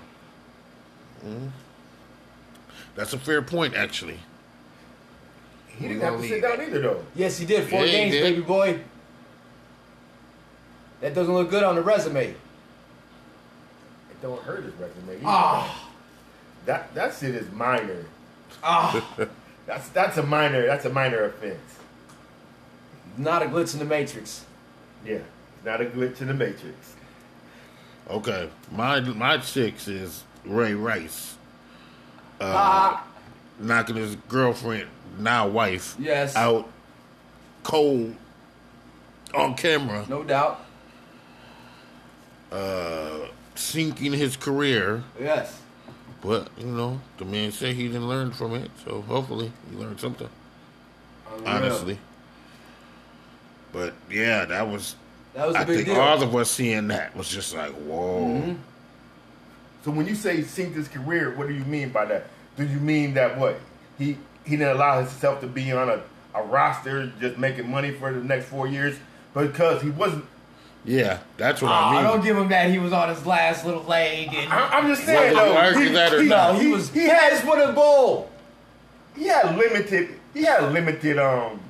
S1: That's a fair point, actually.
S2: He didn't have to sit down either though.
S3: Yes, he did. Four
S1: Yeah, he
S3: games,
S1: did.
S3: baby boy. That doesn't look good on the resume.
S2: It don't hurt his resume.
S3: Ah,
S2: That that shit is minor.
S3: ah.
S2: That's that's a minor. That's a minor offense.
S3: Not a glitch in the matrix.
S2: Yeah, not a glitch in the matrix.
S1: Okay. My my six is Ray Rice Uh,
S3: ah,
S1: knocking his girlfriend, now wife,
S3: Yes.
S1: out cold on camera.
S3: no doubt.
S1: sinking his career,
S3: Yes.
S1: but you know the man said he didn't learn from it, so hopefully he learned something. Honestly, but yeah, that was.
S3: That was a
S1: I
S3: big
S1: think
S3: deal.
S1: all
S3: Mm-hmm.
S1: of us seeing that was just like, whoa.
S2: So when you say sink his career, what do you mean by that? Do you mean that what he he didn't allow himself to be on a, a roster just making money for the next four years because he wasn't?
S1: Yeah, that's what
S3: Ah,
S1: I mean. Uh-uh.
S3: don't give him that. He was on his last little leg, and
S2: I, I'm just
S1: Whether
S2: saying
S1: you
S2: though.
S1: argue
S2: he-
S1: that or
S2: he-
S1: not.
S3: no, he was. He had us with a bowl.
S2: he had limited he had limited um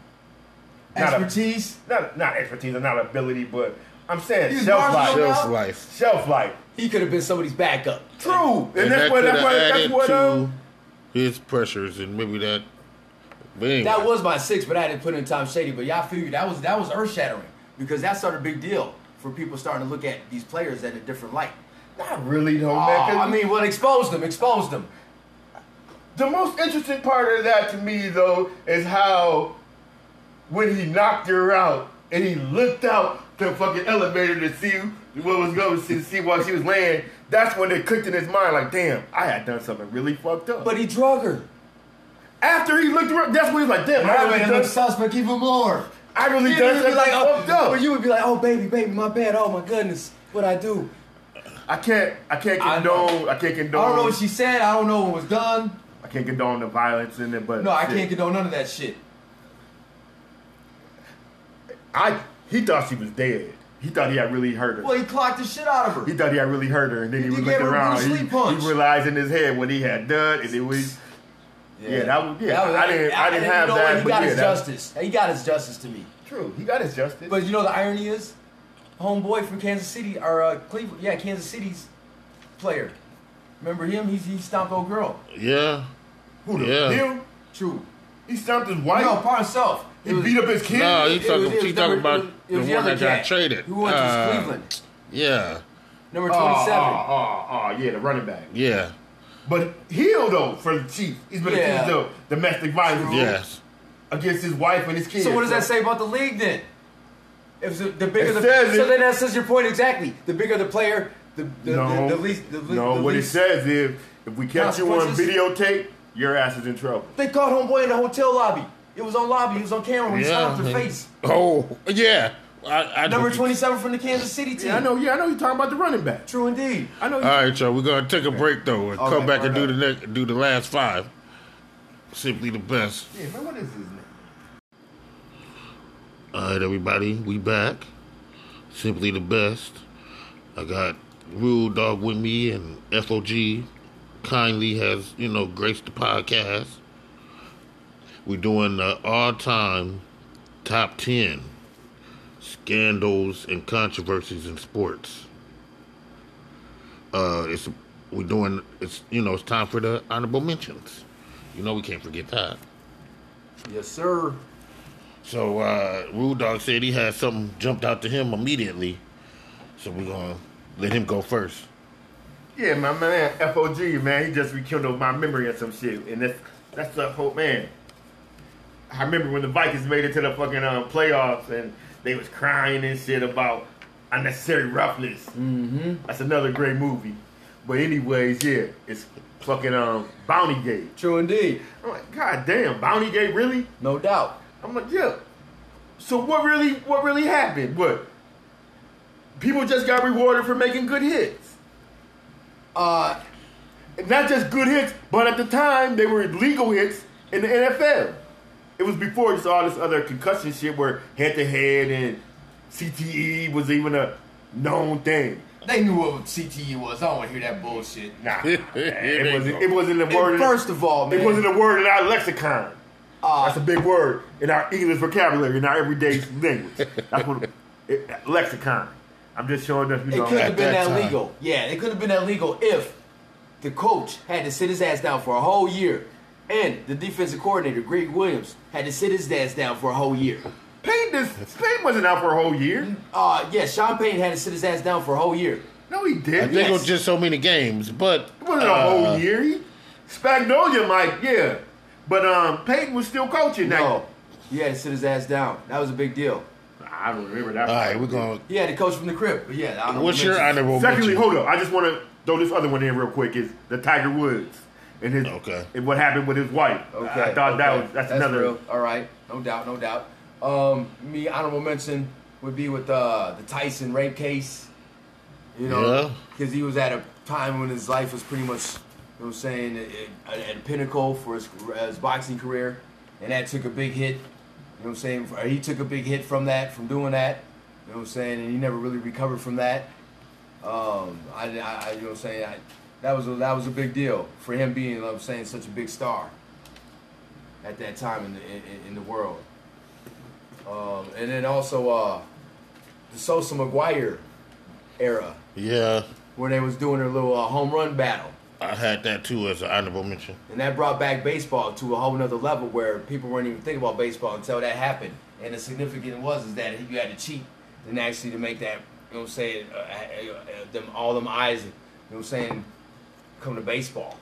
S2: not a-
S3: Expertise.
S2: not not expertise or not ability, but I'm saying
S3: He's
S2: shelf
S3: marginal
S2: life.
S1: Shelf
S3: now?
S1: life.
S2: Shelf life.
S3: he could have been somebody's backup.
S2: True. And,
S1: And
S2: that's
S1: that
S2: what
S1: could
S2: that's
S1: have
S2: what that's
S1: added
S2: what
S1: to
S2: um
S1: his pressures, and maybe that. But anyway,
S3: That was my six, but I didn't put in Tom Shady. But y'all figured that was that was earth shattering because that's sort of a big deal for people starting to look at these players at a different light.
S2: not really though,
S3: Oh,
S2: man. 'cause
S3: I mean, well, expose them, expose them.
S2: the most interesting part of that to me though is how when he knocked her out and he looked out the fucking elevator to see what was going to see while she was laying, that's when it clicked in his mind like, damn, I had done something really fucked up.
S3: But he drug her.
S2: after he looked around, that's when he was like, damn, I really done,
S3: suspect even more.
S2: I really
S3: You would
S2: done
S3: be
S2: something
S3: like, oh,
S2: fucked up.
S3: But you would be like, oh, baby, baby, my bad. Oh my goodness, what I do?
S2: I can't, I can't
S3: I know.
S2: condone, I, can't
S3: I
S2: condone,
S3: don't know what she said. I don't know what was done.
S2: I can't condone the violence in it, but
S3: No, I
S2: shit.
S3: can't condone none of that shit.
S2: I, he thought she was dead. He thought he had really hurt her.
S3: Well, he clocked the shit out of her.
S2: He thought he had really hurt her, and then he,
S3: He
S2: was
S3: gave
S2: looking
S3: her a
S2: around.
S3: Bruce
S2: He,
S3: Lee punch.
S2: he realized in his head what he had done, and it was yeah, that was yeah. I didn't, I, didn't
S3: and
S2: have
S3: you know
S2: that,
S3: what? He
S2: but
S3: got
S2: yeah,
S3: his
S2: that-
S3: justice. He got his justice to me.
S2: True, he got his justice.
S3: But you know the irony is, homeboy from Kansas City or uh, Cleveland, yeah, Kansas City's player. Remember him? He's he stomped old girl.
S1: yeah,
S2: Who the
S1: yeah.
S2: him?
S3: True.
S2: He stomped his wife.
S3: No, par himself.
S2: he beat up his kid.
S1: No, he
S3: It
S1: talking.
S3: was- it
S1: she
S3: was
S1: talking
S3: number-
S1: about
S3: it was
S1: the
S3: the
S1: one
S3: other
S1: that got
S3: cat
S1: traded.
S3: who went to
S1: Uh,
S3: Cleveland.
S1: Yeah,
S3: Number
S2: oh, oh,
S3: twenty-seven.
S2: oh, oh, yeah, the running back.
S1: yeah,
S2: But Hill though for the Chiefs, he's been
S3: Yeah.
S2: accused of domestic
S3: Oh.
S2: violence
S1: yes.
S2: against his wife and his kids.
S3: So what does that say about the league then? If the, the bigger
S2: It
S3: the
S2: says
S3: so
S2: it-
S3: then that says your point exactly. The bigger the player, the the,
S2: no,
S3: the, the least the, le-
S2: no.
S3: the
S2: what
S3: least.
S2: it says is, if we catch you on
S3: Consequences?
S2: videotape, your ass is in trouble.
S3: They caught homeboy in the hotel lobby. It was on lobby. It was on camera. When he
S1: yeah.
S3: stomped her face.
S1: Oh, yeah. I, I
S3: Number twenty-seven from the Kansas City team.
S2: Yeah, I know. Yeah, I know. You're talking about the running back.
S3: True indeed.
S2: I know.
S1: All right, y'all. We're gonna take a break though, and come
S3: Okay,
S1: back and do
S3: right
S1: the next, do the last five. Simply the best.
S2: Yeah, man, what is his name?
S1: All right, everybody, we back. Simply the best. I got Rule Dog with me, and FOG kindly has you know graced the podcast. We're doing the all-time top ten scandals and controversies in sports. Uh, it's we're doing it's you know it's time for the honorable mentions. You know we can't forget that.
S3: Yes, sir.
S1: So uh Rude Dog said he had something jumped out to him immediately. So we're gonna let him go first.
S2: Yeah, my man, FOG, man. He just rekindled my memory of some shit, and that's that's the whole man. I remember when the Vikings made it to the fucking um, playoffs, and they was crying and shit about unnecessary roughness. Mm-hmm. That's another great movie. But anyways, yeah, it's fucking um, Bounty Gate.
S3: True indeed.
S2: I'm like, God damn, Bounty Gate, really?
S3: No doubt.
S2: I'm like, yeah. So what really what really happened? What? People just got rewarded for making good hits.
S3: Uh,
S2: Not just good hits, but at the time they were legal hits in the NFL. It was before just all this other concussion shit where head to head and CTE was even a known thing.
S3: they knew what CTE was. I don't want to hear that bullshit.
S2: Nah, it wasn't. It wasn't the word.
S3: First of all, man.
S2: it wasn't a word in our lexicon.
S1: Ah.
S3: Uh,
S2: That's a big word in our English vocabulary, in our everyday language. That's what it, lexicon. I'm just showing that you
S3: It
S2: know.
S3: could
S1: at
S3: have been
S1: that
S3: that,
S1: time.
S3: legal. Yeah, it could have been that legal if the coach had to sit his ass down for a whole year and the defensive coordinator, Greg Williams, had to sit his ass down for a whole year.
S2: Payne, this, Payne wasn't out for a whole year.
S3: Uh, yeah, Sean Payton had to sit his ass down for a whole year.
S2: No, he
S1: I
S2: didn't.
S1: think it was just so many games, but
S2: It wasn't
S1: uh,
S2: a whole year. He, Spagnolia might, yeah. But um, Payton was still coaching that.
S3: No, he had to sit his ass down. That was a big deal.
S2: I don't remember that.
S1: All right, we're gonna.
S3: He had to coach from the crib. But yeah, I don't know
S1: What's
S3: what
S1: your
S3: mentions.
S1: honorable
S2: Secondly,
S1: mention?
S2: hold up. I just want to throw this other one in real quick. Is the Tiger Woods and his
S1: Okay.
S2: and what happened with his wife?
S3: Okay,
S2: I thought that
S3: okay.
S2: was that's, another.
S3: real. All right, no doubt, no doubt. Um, me honorable mention would be with uh, the Tyson rape case. You
S1: Yeah.
S3: know, because he was at a time when his life was pretty much, you know, what I'm saying, at, at- at a pinnacle for his, his boxing career, and that took a big hit. You know, what I'm saying, or he took a big hit from that, from doing that. You know, what I'm saying, and he never really recovered from that. Um, I, I, I you know, what I'm saying, I, that was a, that was a big deal for him being, you know what I'm saying, such a big star at that time in the in, in the world. Um, and then also uh, the Sosa McGuire era.
S1: Yeah,
S3: where they was doing their little uh, home run battle.
S1: I had that too as an honorable mention.
S3: And that brought back baseball to a whole nother level where people weren't even thinking about baseball until that happened. And the significant was is that you had to cheat and actually to make that, you know what I'm saying, uh, uh, uh, them, all them eyes, you know what I'm saying, come to baseball.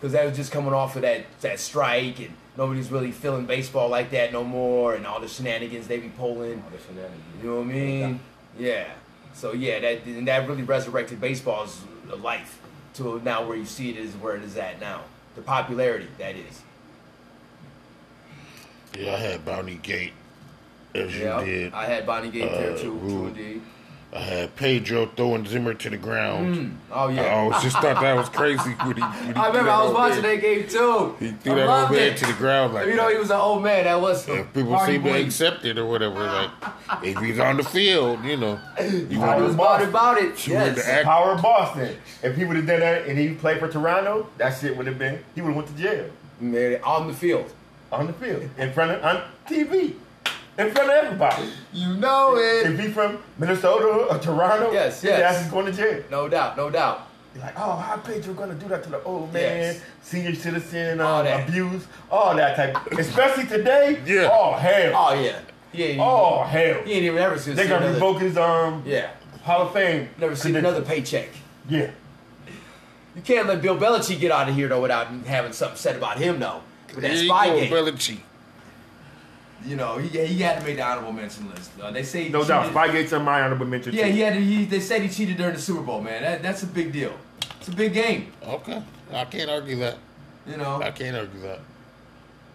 S3: Because that was just coming off of that, that strike and nobody's really feeling baseball like that no more and all the shenanigans they be pulling.
S5: All the shenanigans.
S3: You know what I mean? Yeah. So yeah, that and that really resurrected baseball's life to now where you see it is where it is at now. The popularity that is.
S1: Yeah, I had Bounty Gate as
S3: Yeah.
S1: you did.
S3: I had Bonnie Gate there
S1: Uh,
S3: too. True
S1: Rube.
S3: indeed.
S1: I had Pedro throwing Zimmer to the ground.
S2: Mm.
S3: Oh
S1: I
S3: yeah.
S2: Ah.
S1: always just thought that was crazy. When he, when he
S3: I remember I was watching
S1: that.
S3: that game too.
S1: He threw
S3: I
S1: that
S3: loved
S1: old man
S3: it.
S1: to the ground like
S3: You know,
S1: that.
S3: he was an old man. That was some
S1: And people
S3: party
S1: seem to
S3: boy.
S1: accept it or whatever. Like if he's on the field, you know, you
S2: I
S3: He
S1: want
S3: was
S1: to
S3: about about it.
S1: you want to
S3: Yes.
S1: act.
S2: Power of Boston. If he would have done that and he played for Toronto, that shit would have been. He would have went to jail
S3: Man, on the field.
S2: on the field in front of on TV, in front of everybody.
S3: You know it.
S2: If he from Minnesota or Toronto,
S3: Yes,
S2: his
S3: yes.
S2: ass is going to jail.
S3: No doubt. No doubt.
S2: You're like, oh, how Pedro gonna do that to the old man,
S3: Yes.
S2: senior citizen,
S3: All
S2: um,
S3: that.
S2: abuse, all that type. Especially today.
S1: Yeah.
S2: Oh hell.
S3: Oh yeah. He ain't,
S2: Oh hell.
S3: he ain't even ever seen
S2: They gonna
S3: another.
S2: revoke his um
S3: Yeah.
S2: Hall of Fame.
S3: Never seen
S2: credential.
S3: another paycheck.
S2: Yeah.
S3: You can't let Bill Belichick get out of here though without having something said about him though. With that
S1: Here you
S3: spy
S1: go,
S3: game,
S1: Belichick.
S3: you know, he, he had to make the honorable mention list. Uh, they say he
S2: No doubt.
S3: cheated-
S2: Spygate's on my honorable mention.
S3: Yeah,
S2: too.
S3: he had. To, he, they said he cheated during the Super Bowl, man. That, that's a big deal. It's a big game,
S1: Okay, I can't argue that.
S3: you know.
S1: I can't argue that.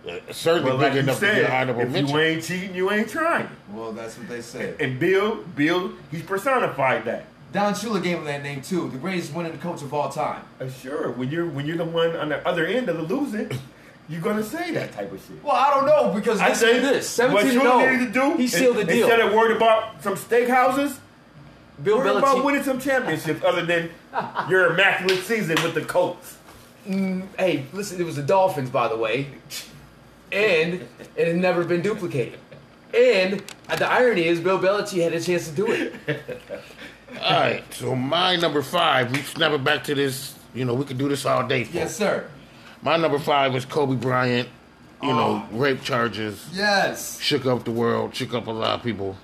S1: Uh, certainly
S2: But
S1: big
S2: like you
S1: enough to be an
S2: said,
S1: honorable
S2: if
S1: mention.
S2: you ain't cheating, you ain't trying.
S3: Well, that's what they said.
S2: And Bill, Bill, he's personified that.
S3: Don Shula gave him that name too, the greatest winning coach of all time.
S2: Uh, sure, when you're when you're the one on the other end of the losing, you're gonna say that type of shit.
S3: Well, I don't know because
S2: I
S3: listen
S2: say
S3: to this:
S2: what
S3: seventeen
S2: you
S3: and zero.
S2: needed to do.
S3: he sealed the
S2: in-
S3: deal.
S2: Instead of worried about some steakhouses,
S3: Bill
S2: worry about
S3: Belichick.
S2: winning some championships other than your immaculate season with the Colts.
S3: Hey, listen, it was the Dolphins, by the way, and it had never been duplicated. And uh, the irony is, Bill Belichick had a chance to do it.
S1: All right, so my number five. We snap it back to this. You know, we could do this all day. Folks.
S3: Yes, sir.
S1: My number five was Kobe Bryant. You know,
S2: Oh.
S1: rape charges
S3: Yes.
S1: shook up the world, shook up a lot of people.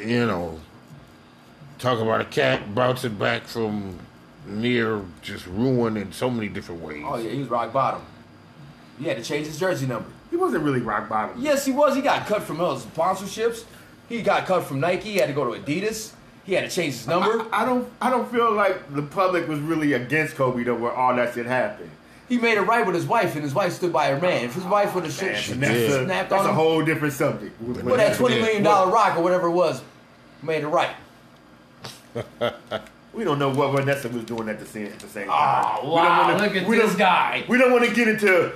S1: You know, talk about a cat bouncing back from near just ruin in so many different ways.
S3: Oh yeah, he was rock bottom. He had to change his jersey number.
S2: He wasn't really rock bottom.
S3: Yes, he was. He got cut from all his sponsorships. He got cut from Nike. He had to go to Adidas. He had to change his number.
S2: I, I don't I don't feel like the public was really against Kobe though where all that shit happened.
S3: He made it right with his wife, and his wife stood by her man. If his wife would have sh- sh-
S2: And that's, a,
S3: snapped
S2: that's
S3: on
S2: a
S3: him,
S2: whole different subject. With-
S3: Well,
S2: with
S3: that
S2: that.
S3: twenty million dollar rock or whatever it was, made it right.
S2: We don't know what Vanessa was doing at the same, at the same time.
S3: Oh,
S2: We don't
S3: wow,
S2: wanna-
S3: look at
S2: we
S3: this
S2: don't-
S3: guy.
S2: We don't want to get into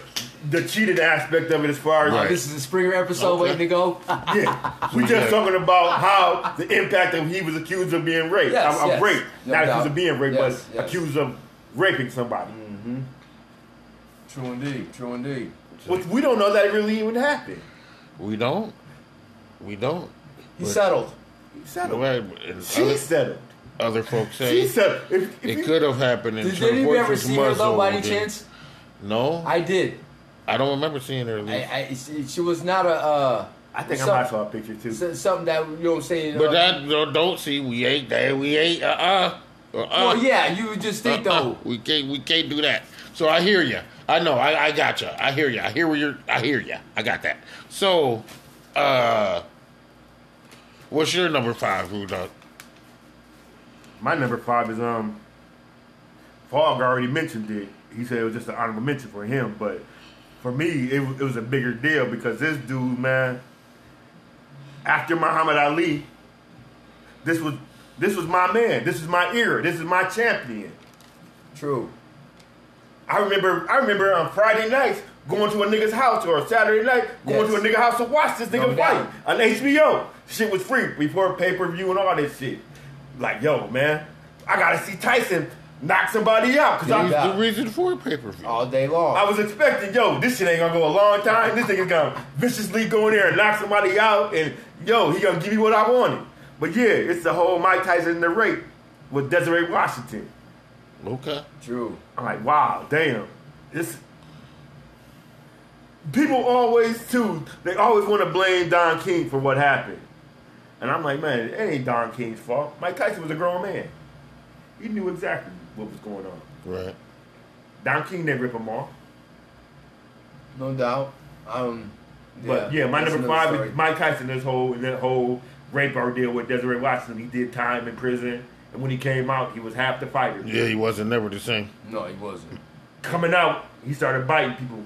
S2: the cheated aspect of it as far as
S1: Right.
S3: This is a Springer episode waiting to go.
S2: yeah. We just talking about how the impact of he was accused of being raped.
S3: Yes,
S2: of, of
S3: yes.
S2: rape.
S3: No
S2: Not
S3: doubt.
S2: accused of being raped,
S3: Yes,
S2: but
S3: yes.
S2: accused of raping somebody.
S1: Mm,
S3: True indeed. True indeed.
S2: Which we don't know that really even happened.
S1: We don't. We don't.
S3: He
S1: But-
S3: settled.
S2: He
S1: Go
S2: settled.
S1: ahead. And
S2: She
S1: other-
S2: settled.
S1: other folks
S2: She
S1: say
S2: settled. If, if
S1: it
S2: you-
S1: could have happened. And
S3: Did,
S1: so the
S3: did you ever
S1: boyfriend's
S3: see her though, by any
S1: muzzled and-
S3: chance?
S1: No, I,
S3: I did.
S1: don't remember seeing her. Lee.
S3: I, I, she, she was not a. Uh,
S2: I think I
S3: some-
S2: might saw a picture too.
S3: so- something that you know what I'm saying.
S1: but
S3: uh,
S1: that no, don't see. We ain't that. We ain't. Uh uh-uh, uh.
S3: well, yeah, you would just think though.
S1: We can't. We can't do that. So I hear you. I know. I, I got you. I hear you. I hear you. I hear you. I got that. So, uh, what's your number five, Rudolph?
S2: My number five is um. Fogg already mentioned it. He said it was just an honorable mention for him, but for me, it, wa- it was a bigger deal because this dude, man, after Muhammad Ali, this was this was my man. This is my era. This is my champion.
S3: True.
S2: I remember I remember on Friday nights going to a nigga's house or Saturday night
S3: Yes.
S2: going to a nigga house to watch this nigga
S3: No
S2: fight
S3: doubt.
S2: on HBO. Shit was free before pay per view and all this shit. Like yo man, I gotta see Tyson knock somebody out because
S1: He's
S2: I,
S3: Yeah.
S1: the reason for pay per
S2: Uh,
S1: view.
S3: All day long.
S2: I was expecting yo this shit ain't gonna go a long time. This nigga's gonna viciously go in there and knock somebody out and yo he gonna give me what I wanted. But yeah, it's the whole Mike Tyson and the rape was Desiree Washington.
S1: Okay.
S4: True.
S2: I'm like, wow, damn. This people always too. They always want to blame Don King for what happened, and I'm like, man, it ain't Don King's fault. Mike Tyson was a grown man. He knew exactly what was going on.
S1: Right.
S2: Don King didn't rip him off.
S3: No doubt. Um,
S2: But yeah, my
S3: that's
S2: number
S3: another
S2: five
S3: story.
S2: is Mike Tyson. This whole in that whole rape ordeal with Desiree Watson. He did time in prison, and when he came out, he was half the fighter.
S1: Yeah, he wasn't never the same.
S4: No, he wasn't.
S2: Coming out, he started biting people.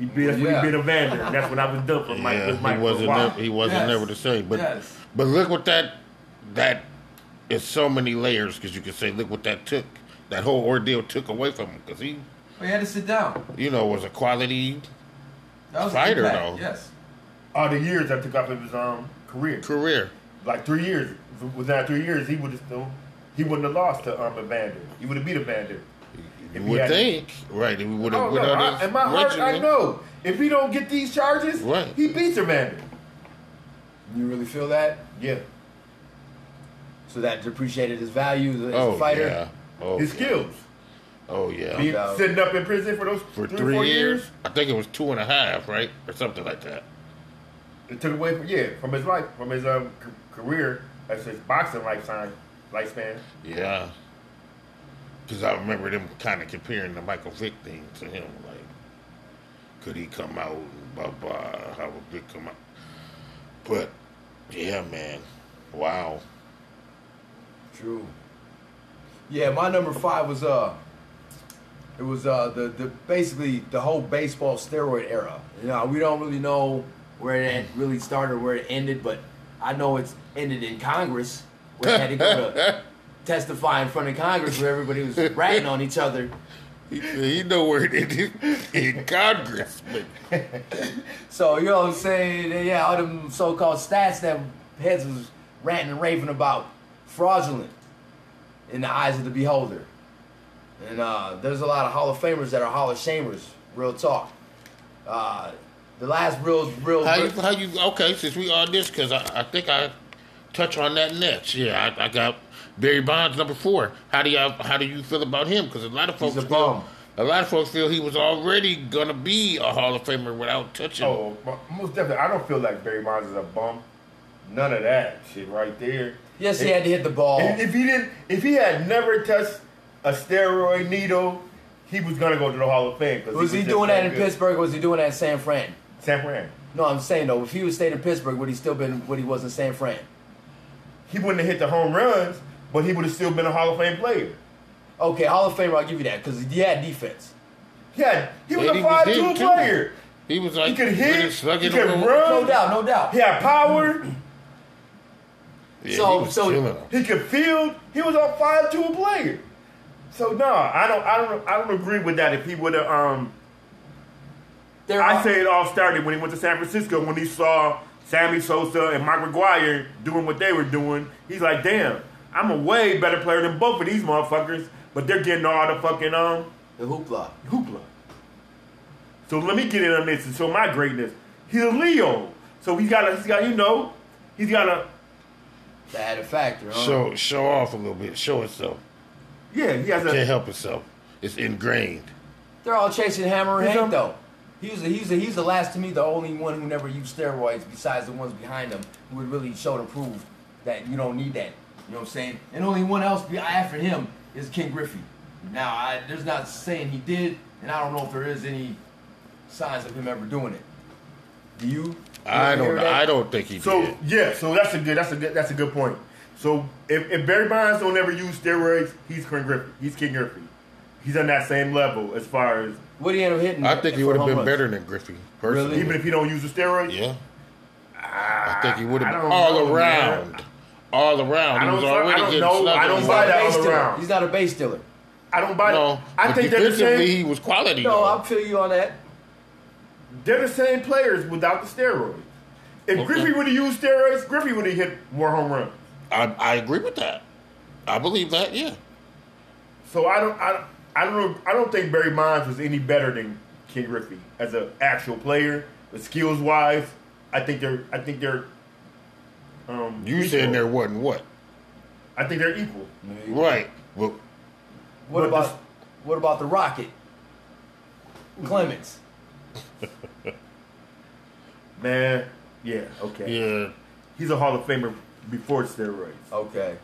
S2: He bit, that's when
S4: Yeah.
S2: he bit Evander, and that's when I was done for Mike. with
S1: yeah,
S2: Mike
S1: he
S2: for a
S1: wasn't.
S2: while.
S1: Never, he wasn't
S4: Yes.
S1: never the same. But
S4: Yes.
S1: but look what that that is so many layers because you could say look what that took that whole ordeal took away from him because he
S4: Well, he had to sit down.
S1: you know was a quality
S4: That was a
S1: Fighter,
S4: impact,
S1: though.
S4: Yes.
S2: all the years I took off of his um career.
S1: career.
S2: Like three years. If it was that three years, he would have still he wouldn't have lost to um Evander. He would have beat Evander.
S1: You
S2: he
S1: would
S2: hadn't-
S1: think right? He would
S2: I
S1: have
S2: don't
S1: went
S2: know.
S1: on
S2: Oh, I,
S1: his
S2: in my heart, I
S1: regimen.
S2: know if he don't get these charges,
S1: Right.
S2: he beats Evander.
S3: you really feel that?
S2: Yeah,
S3: So that depreciated his value as a, as
S1: Oh
S3: a fighter.
S1: yeah. Oh,
S2: his
S1: yeah.
S2: skills.
S1: oh yeah.
S2: Being
S3: doubt.
S2: sitting up in prison for those
S1: for
S2: three,
S1: three,
S2: or four years.
S1: years. I think it was two and a half, right, or something like that.
S2: it took away from yeah from his life, from his um c- career as his boxing lifetime lifespan.
S1: Yeah. Because I remember them kind of comparing the Michael Vick thing to him, like, could he come out and blah blah? How would Vick come out? But yeah, man, wow.
S3: True. Yeah, my number five was uh, it was uh the the basically the whole baseball steroid era. You know, we don't really know where it really started, where it ended, but I know it's ended in Congress where it had to go to testify in front of Congress where everybody was ratting on each other.
S1: He, he know where it is in Congress, but
S3: So you know what I'm saying? Yeah, all them so-called stats that heads was ranting and raving about fraudulent in the eyes of the beholder. And uh, there's a lot of Hall of Famers that are Hall of Shamers. Real talk. Uh, the last real, real.
S1: how you, how you okay? Since we on this, because I, I think I touch on that next. Yeah, I, I got Barry Bonds number four. How do you how do you feel about him? Because a lot of folks
S3: a
S1: feel
S3: bum.
S1: a lot of folks feel he was already gonna be a Hall of Famer without touching. him.
S2: Oh, mo- most definitely. I don't feel like Barry Bonds is a bum. None of that shit right there.
S3: yes, he had to hit the ball.
S2: If, if he didn't, if he had never touched a steroid needle, he was gonna go to the Hall of Fame. 'cause
S3: was he
S2: just
S3: doing that in
S2: good.
S3: Pittsburgh? or Was he doing that in San Fran?
S2: San Fran.
S3: No, I'm saying though, if he was stayed in Pittsburgh, would he still been what he was in San Fran?
S2: He wouldn't have hit the home runs, but he would have still been a Hall of Fame player.
S3: Okay, Hall of Famer, I'll give you that because he had defense.
S2: Yeah, he was
S1: And
S2: a
S1: was
S2: five-two
S1: hitting, too.
S2: player.
S1: He was like
S2: He could
S1: with
S2: hit,
S1: his slugging
S2: he could
S1: alone.
S2: run.
S3: No doubt, no doubt.
S2: He had power.
S1: Yeah,
S3: So-
S1: he was
S3: so-
S1: killing him.
S2: He could field. He was a five-two player. So no, I don't. I don't. I don't agree with that. If he would have, um,
S3: There
S2: I
S3: are-
S2: say it all started when he went to San Francisco when he saw Sammy Sosa and Mike McGuire doing what they were doing. He's like, damn, I'm a way better player than both of these motherfuckers, but they're getting all the fucking um
S3: the hoopla.
S2: hoopla. So let me get in on this and show my greatness. He's a Leo, so he's got a he's got you know he's got a
S3: That had a factor, huh?
S1: Show show off a little bit. Show itself.
S2: yeah he has
S1: Can't
S2: a
S1: help itself. It's ingrained.
S3: They're all chasing Hammer
S2: He's
S3: Hank
S2: a-
S3: though. He was, the, he, was the, he was the last to me, the only one who never used steroids besides the ones behind him who would really show and prove that you don't need that. You know what I'm saying? And only one else be after him is King Griffey. Now, I, there's not saying he did, and I don't know if there is any signs of him ever doing it. Do you? you
S1: I
S3: ever hear
S1: don't.
S3: that?
S1: I don't think he
S2: so
S1: did.
S2: yeah so that's a good that's a good that's a good point. So if, if Barry Bonds don't ever use steroids, he's King Griffey. He's King Griffey. He's on that same level as far as
S3: What he end up hitting?
S1: I think he
S3: for
S1: would have
S3: home
S1: been
S3: runs?
S1: better than Griffey. Personally,
S2: even if he don't use the steroids.
S1: yeah. I think he would
S2: Ah, I
S1: have
S2: don't
S1: been all
S2: know,
S1: around.
S2: man.
S1: All around.
S2: I
S1: He was
S2: don't- I
S1: already
S2: don't
S1: getting
S2: know.
S1: slugged
S2: I don't
S1: and
S2: buy
S1: all
S2: that
S1: that.
S2: all
S3: Base dealer.
S2: around.
S3: He's not a base dealer.
S2: I don't buy
S1: No,
S2: that. I
S1: but
S2: think they're the
S1: defensively,
S2: same.
S1: he was quality.
S3: No,
S1: though.
S3: I feel you on that.
S2: They're the same players without the steroids. If
S1: Okay.
S2: Griffey would have used steroids, Griffey would have hit more home runs.
S1: I, I agree with that. I believe that. Yeah.
S2: So I don't, I, don't- I don't, know, I don't think Barry Bonds was any better than King Griffey as an actual player, but skills wise, I think they're, I think they're. Um,
S1: You
S2: equal.
S1: saying there wasn't what?
S2: I think they're equal.
S1: Right. Well,
S4: What
S2: But
S4: about
S2: this-
S4: what about the Rocket? Clemens.
S2: Man, yeah, okay.
S1: yeah.
S2: He's a Hall of Famer before steroids.
S4: Okay.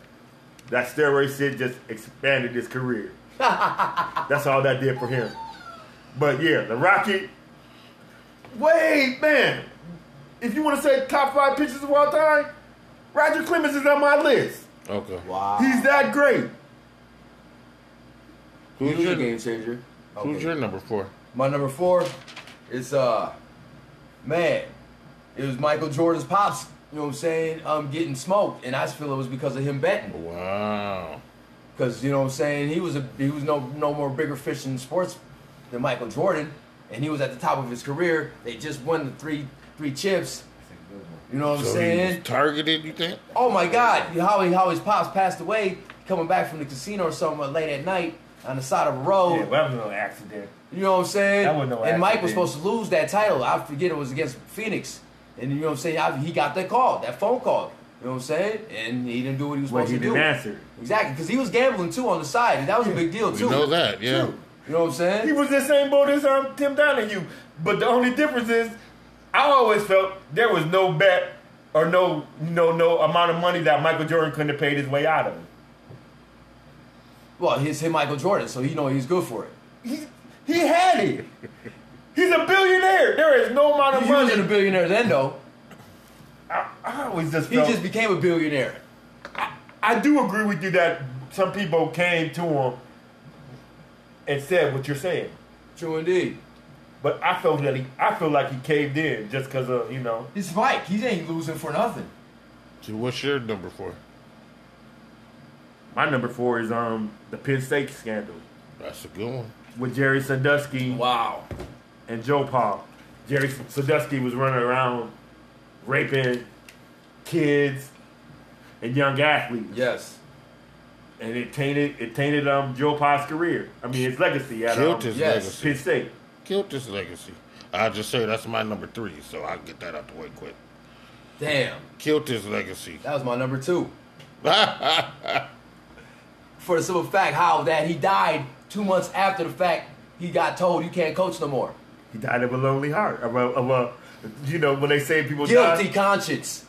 S2: That steroid shit just expanded his career. That's all that did for him. But yeah, the Rocket. Wait, man. If you want to say top five pitchers of all time, Roger Clemens is on my list.
S1: Okay.
S4: Wow.
S2: He's that great.
S1: Who's
S4: He was a
S1: your
S4: game changer.
S1: Who's your number four?
S3: My number four is uh man, it was Michael Jordan's pops, you know what I'm saying, um getting smoked. And I just feel it was because of him betting.
S1: Wow.
S3: Because you know what I'm saying, he was a he was no no more bigger fish in sports than Michael Jordan, and he was at the top of his career. They just won the three three chips. You know what I'm
S1: So he
S3: saying?
S1: was targeted, you think?
S3: Oh my God! How he how his pops passed away, coming back from the casino or something late at night on the side of the road.
S2: Yeah, well, that was no accident.
S3: You know what I'm saying?
S2: That wasn't no
S3: and Mike was
S2: accident.
S3: supposed to lose that title. I forget it was against Phoenix. And you know what I'm saying? I, he got that call, that phone call. You know what I'm saying? And he didn't do what he was
S2: Well,
S3: supposed
S2: he
S3: to do.
S2: didn't answer.
S3: Exactly, because he was gambling too on the side. And that was a big deal
S1: We
S3: too.
S1: know that, yeah.
S2: True.
S3: You know what I'm saying?
S2: He was the same boat as um, Tim Donahue. But the only difference is, I always felt there was no bet or no no no amount of money that Michael Jordan couldn't have paid his way out of.
S3: well, he's him, Michael Jordan, so he know he's good for it.
S2: He, he had it. He's a billionaire. There is no amount of
S3: He wasn't a
S2: money.
S3: billionaire then, though.
S2: I, I always just
S3: He
S2: felt.
S3: just became a billionaire.
S2: I do agree with you that some people came to him and said what you're saying,
S3: True indeed.
S2: but I felt that he, I feel like he caved in just because of you know.
S3: It's Mike. He ain't losing for nothing.
S1: So what's your number four?
S2: My number four is um the Penn State scandal.
S1: That's a good one.
S2: with Jerry Sandusky
S3: Wow.
S2: and Joe Paul. Jerry Sandusky was running around raping kids and young athletes,
S3: Yes.
S2: and it tainted it tainted um Joe Paul's career. I mean his legacy at um,
S1: Killed his
S3: yes,
S1: legacy.
S2: Penn State.
S1: Killed his legacy. I'll just say that's my number three, so I'll get that out the way quick.
S3: Damn.
S1: Killed his legacy.
S3: That was my number two.
S1: yeah,
S3: for the simple fact how that he died two months after the fact he got told you can't coach no more.
S2: He died of a lonely heart. Of a, of a you know when they say people
S3: Guilty
S2: die.
S3: conscience.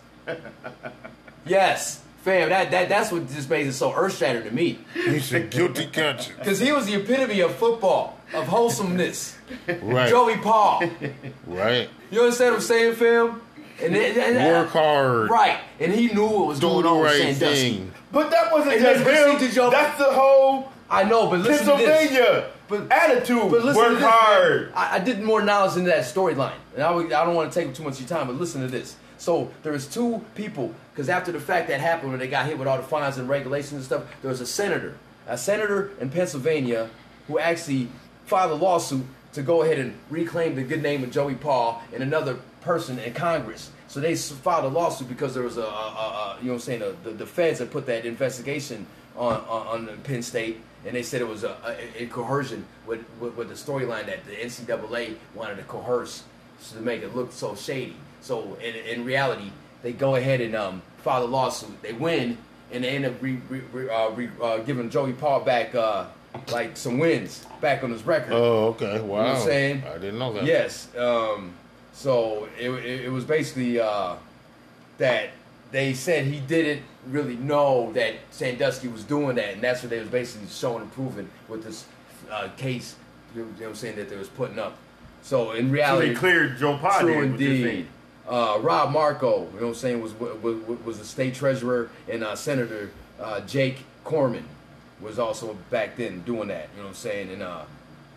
S3: yes, fam. That, that that's what just makes it so earth shattering to me.
S1: he said guilty conscience.
S3: Cause he was the epitome of football, of wholesomeness.
S1: Right,
S3: Joey Paul.
S1: right.
S3: You understand what I'm saying, fam? And, it- and- and-
S1: Work hard.
S3: Right. And he knew what was
S1: Do
S3: going
S1: the
S3: on with
S1: right
S3: Sandusky.
S1: thing.
S2: But that wasn't
S3: And
S2: just
S3: then proceed
S2: him.
S3: to Joe-
S2: That's the whole
S3: I know, but listen to this.
S2: Pennsylvania
S3: But-
S2: attitude.
S3: But listen to
S2: Work
S3: this, man.
S2: hard.
S3: I, I did more knowledge into that storyline, and I, would, I don't want to take up too much of your time. But listen to this. So there was two people because after the fact that happened, when they got hit with all the fines and regulations and stuff, there was a senator, a senator in Pennsylvania, who actually filed a lawsuit to go ahead and reclaim the good name of Joey Paul and another person in Congress. So they s- filed a lawsuit because there was a, a, a, a you know what I'm saying, a, the, the feds that put that investigation on, on, on Penn State, and they said it was a, a, a coercion with, with, with the storyline that the NCAA wanted to coerce so to make it look so shady. So in, in reality, they go ahead and um, file a lawsuit. They win, and they end up re, re, re, uh, re, uh, giving Joey Paul back uh, like some wins back on his record.
S1: Oh, okay. Wow.
S3: You know what I'm saying?
S1: I didn't know that.
S3: Yes. Um, so it, it, it was basically uh, that they said he didn't really know that Sandusky was doing that, and that's what they was basically showing and proving with this uh, case. You know what I'm saying that they was putting up. So in
S2: So
S3: reality,
S2: they cleared Joe Paul.
S3: True
S2: then with this
S3: indeed.
S2: thing.
S3: Uh, Rob Marco, you know what I'm saying, was was, was the state treasurer, and uh, Senator uh, Jake Corman was also back then doing that. You know what I'm saying, and uh,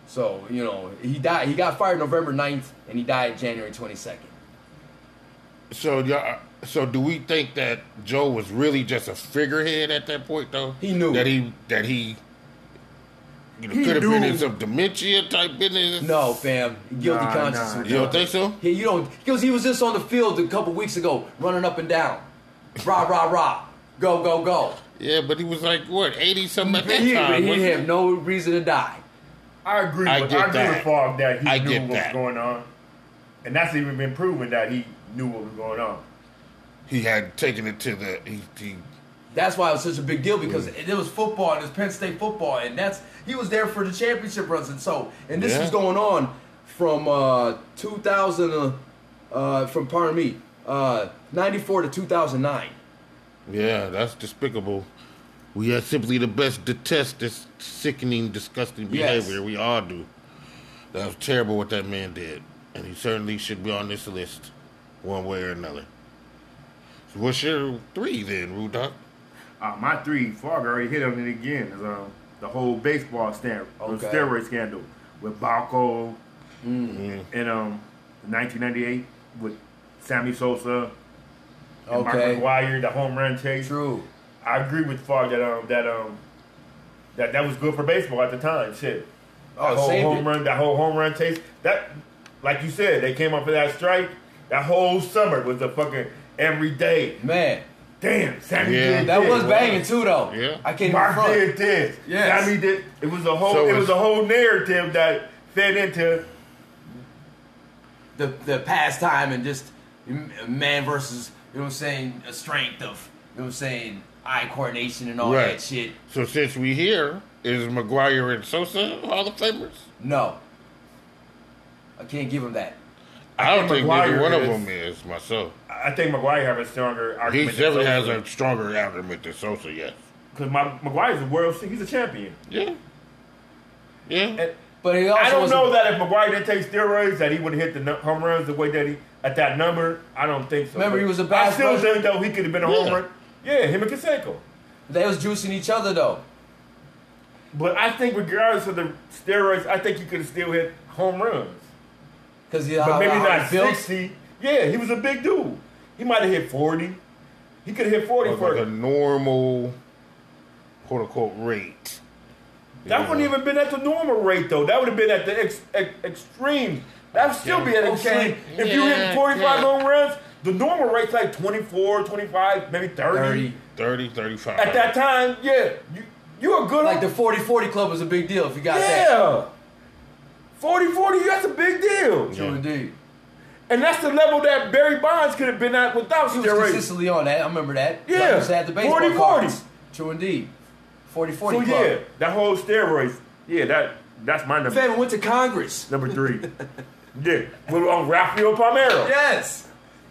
S3: so you know he died. He got fired November 9th, and he died January 22nd.
S1: So y'all, so do we think that Joe was really just a figurehead at that point, though?
S3: He knew.
S1: that he that he, you know,
S2: He
S1: could have been
S2: knew.
S1: in some dementia type business.
S3: No, fam, guilty
S2: Nah,
S3: conscience.
S2: nah,
S1: you don't think so?
S3: He, you don't because he was just on the field a couple weeks ago, running up and down, rah rah rah, go go go.
S1: Yeah, but he was like what eighty something at that
S3: He,
S1: time.
S3: he
S1: wasn't
S3: had no reason to die.
S2: I agree.
S1: I
S2: with,
S1: get
S2: I agree
S1: that.
S2: with Favre that he
S1: I
S2: knew
S1: get
S2: what
S1: that.
S2: was going on, and that's even been proven that he knew what was going on.
S1: he? He had taken it to the he, he
S3: That's why it was such a big deal
S1: Mm.
S3: because it, it was football and it was Penn State football, and that's he was there for the championship runs, and so and this
S1: Yeah.
S3: was going on from uh, 2000 uh, uh, from pardon me uh, 94 to 2009.
S1: Yeah, that's despicable. We are simply the best detest this sickening, disgusting
S3: Yes.
S1: behavior. We all do. That was terrible what that man did. And he certainly should be on this list one way or another. So what's your three then, Rudolph?
S2: Uh, my three, Fargo already hit on it again. Is um, the whole baseball stand,
S3: Okay. Mm.
S2: the steroid scandal with Balco and um, 1998 with Sammy Sosa and Mark
S3: Okay.
S2: McGuire, the home run chase.
S3: True.
S2: I agree with Fargo that um that um that that was good for baseball at the time. Shit.
S3: Oh,
S2: that whole
S3: saved
S2: home
S3: it.
S2: run, that whole home run chase. That, like you said, they came up for that strike. That whole summer was the fucking every day.
S3: Man,
S2: Damn, Sammy
S1: Yeah.
S2: did
S3: that
S2: this.
S3: was banging too, though.
S1: Yeah.
S3: I can't even
S2: Mark
S3: front.
S2: did this.
S3: Yes.
S2: Sammy did. It was a whole.
S1: So
S2: it was
S1: it's-
S2: a whole narrative that fed into.
S3: the the pastime and just m- man versus you know what I'm saying a strength of you know what I'm saying eye coordination and all
S1: Right.
S3: that shit.
S1: So since we here, is McGuire and Sosa Hall of Famers?
S3: No, I can't give him that.
S1: I don't think
S2: think
S1: neither
S2: McGuire
S1: one of
S2: is.
S1: them is myself.
S2: I think McGuire have a stronger
S1: He
S2: argument.
S1: definitely has a stronger argument than Sosa, yes.
S2: because McGuire's a world. He's a champion.
S1: Yeah. Yeah.
S2: And
S3: But he also
S2: I don't
S3: was-
S2: know that if McGuire didn't take steroids, that he would have hit the nu- home runs the way that he at that number. I don't think so.
S3: Remember,
S2: But
S3: he was a
S2: I
S3: bad
S2: still
S3: player.
S2: think though he could have been a home
S1: Yeah.
S2: run. Yeah, him and Kaseko.
S3: They was juicing each other though.
S2: But I think regardless of the steroids, I think he could have still hit home runs.
S3: Cause he,
S2: But
S3: how-
S2: maybe
S3: how
S2: not
S3: he built.
S2: 60. Yeah, he was a big dude. He might have hit 40. He could have hit 40
S1: Of,
S2: for
S1: Like a normal quote unquote rate.
S2: That
S1: Yeah.
S2: wouldn't even been at the normal rate, though. That would have been at the ex, ex, extreme. That would still be at
S3: Okay.
S2: extreme. If you hit
S1: Yeah,
S2: 45
S1: yeah.
S2: home runs, the normal rate's like 24, 25, maybe 30.
S3: 30.
S1: 30, 35.
S2: At that time, yeah, you, you're a good
S3: Like the 40-40 club was a big deal if you got that.
S2: Yeah. 40 40, that's a big deal.
S3: True
S1: Yeah.
S3: indeed.
S2: And that's the level that Barry Bonds could have been at without
S3: He was
S2: steroids.
S3: consistently on that. I remember that.
S2: Yeah.
S3: Like, he just had the baseball
S2: 40-40.
S3: cards. True indeed. 40-40
S2: So,
S3: club.
S2: yeah, that whole steroids, yeah, that that's my number,
S3: Fam went to Congress.
S2: number three. yeah, we're on Rafael Palmero.
S3: Yes.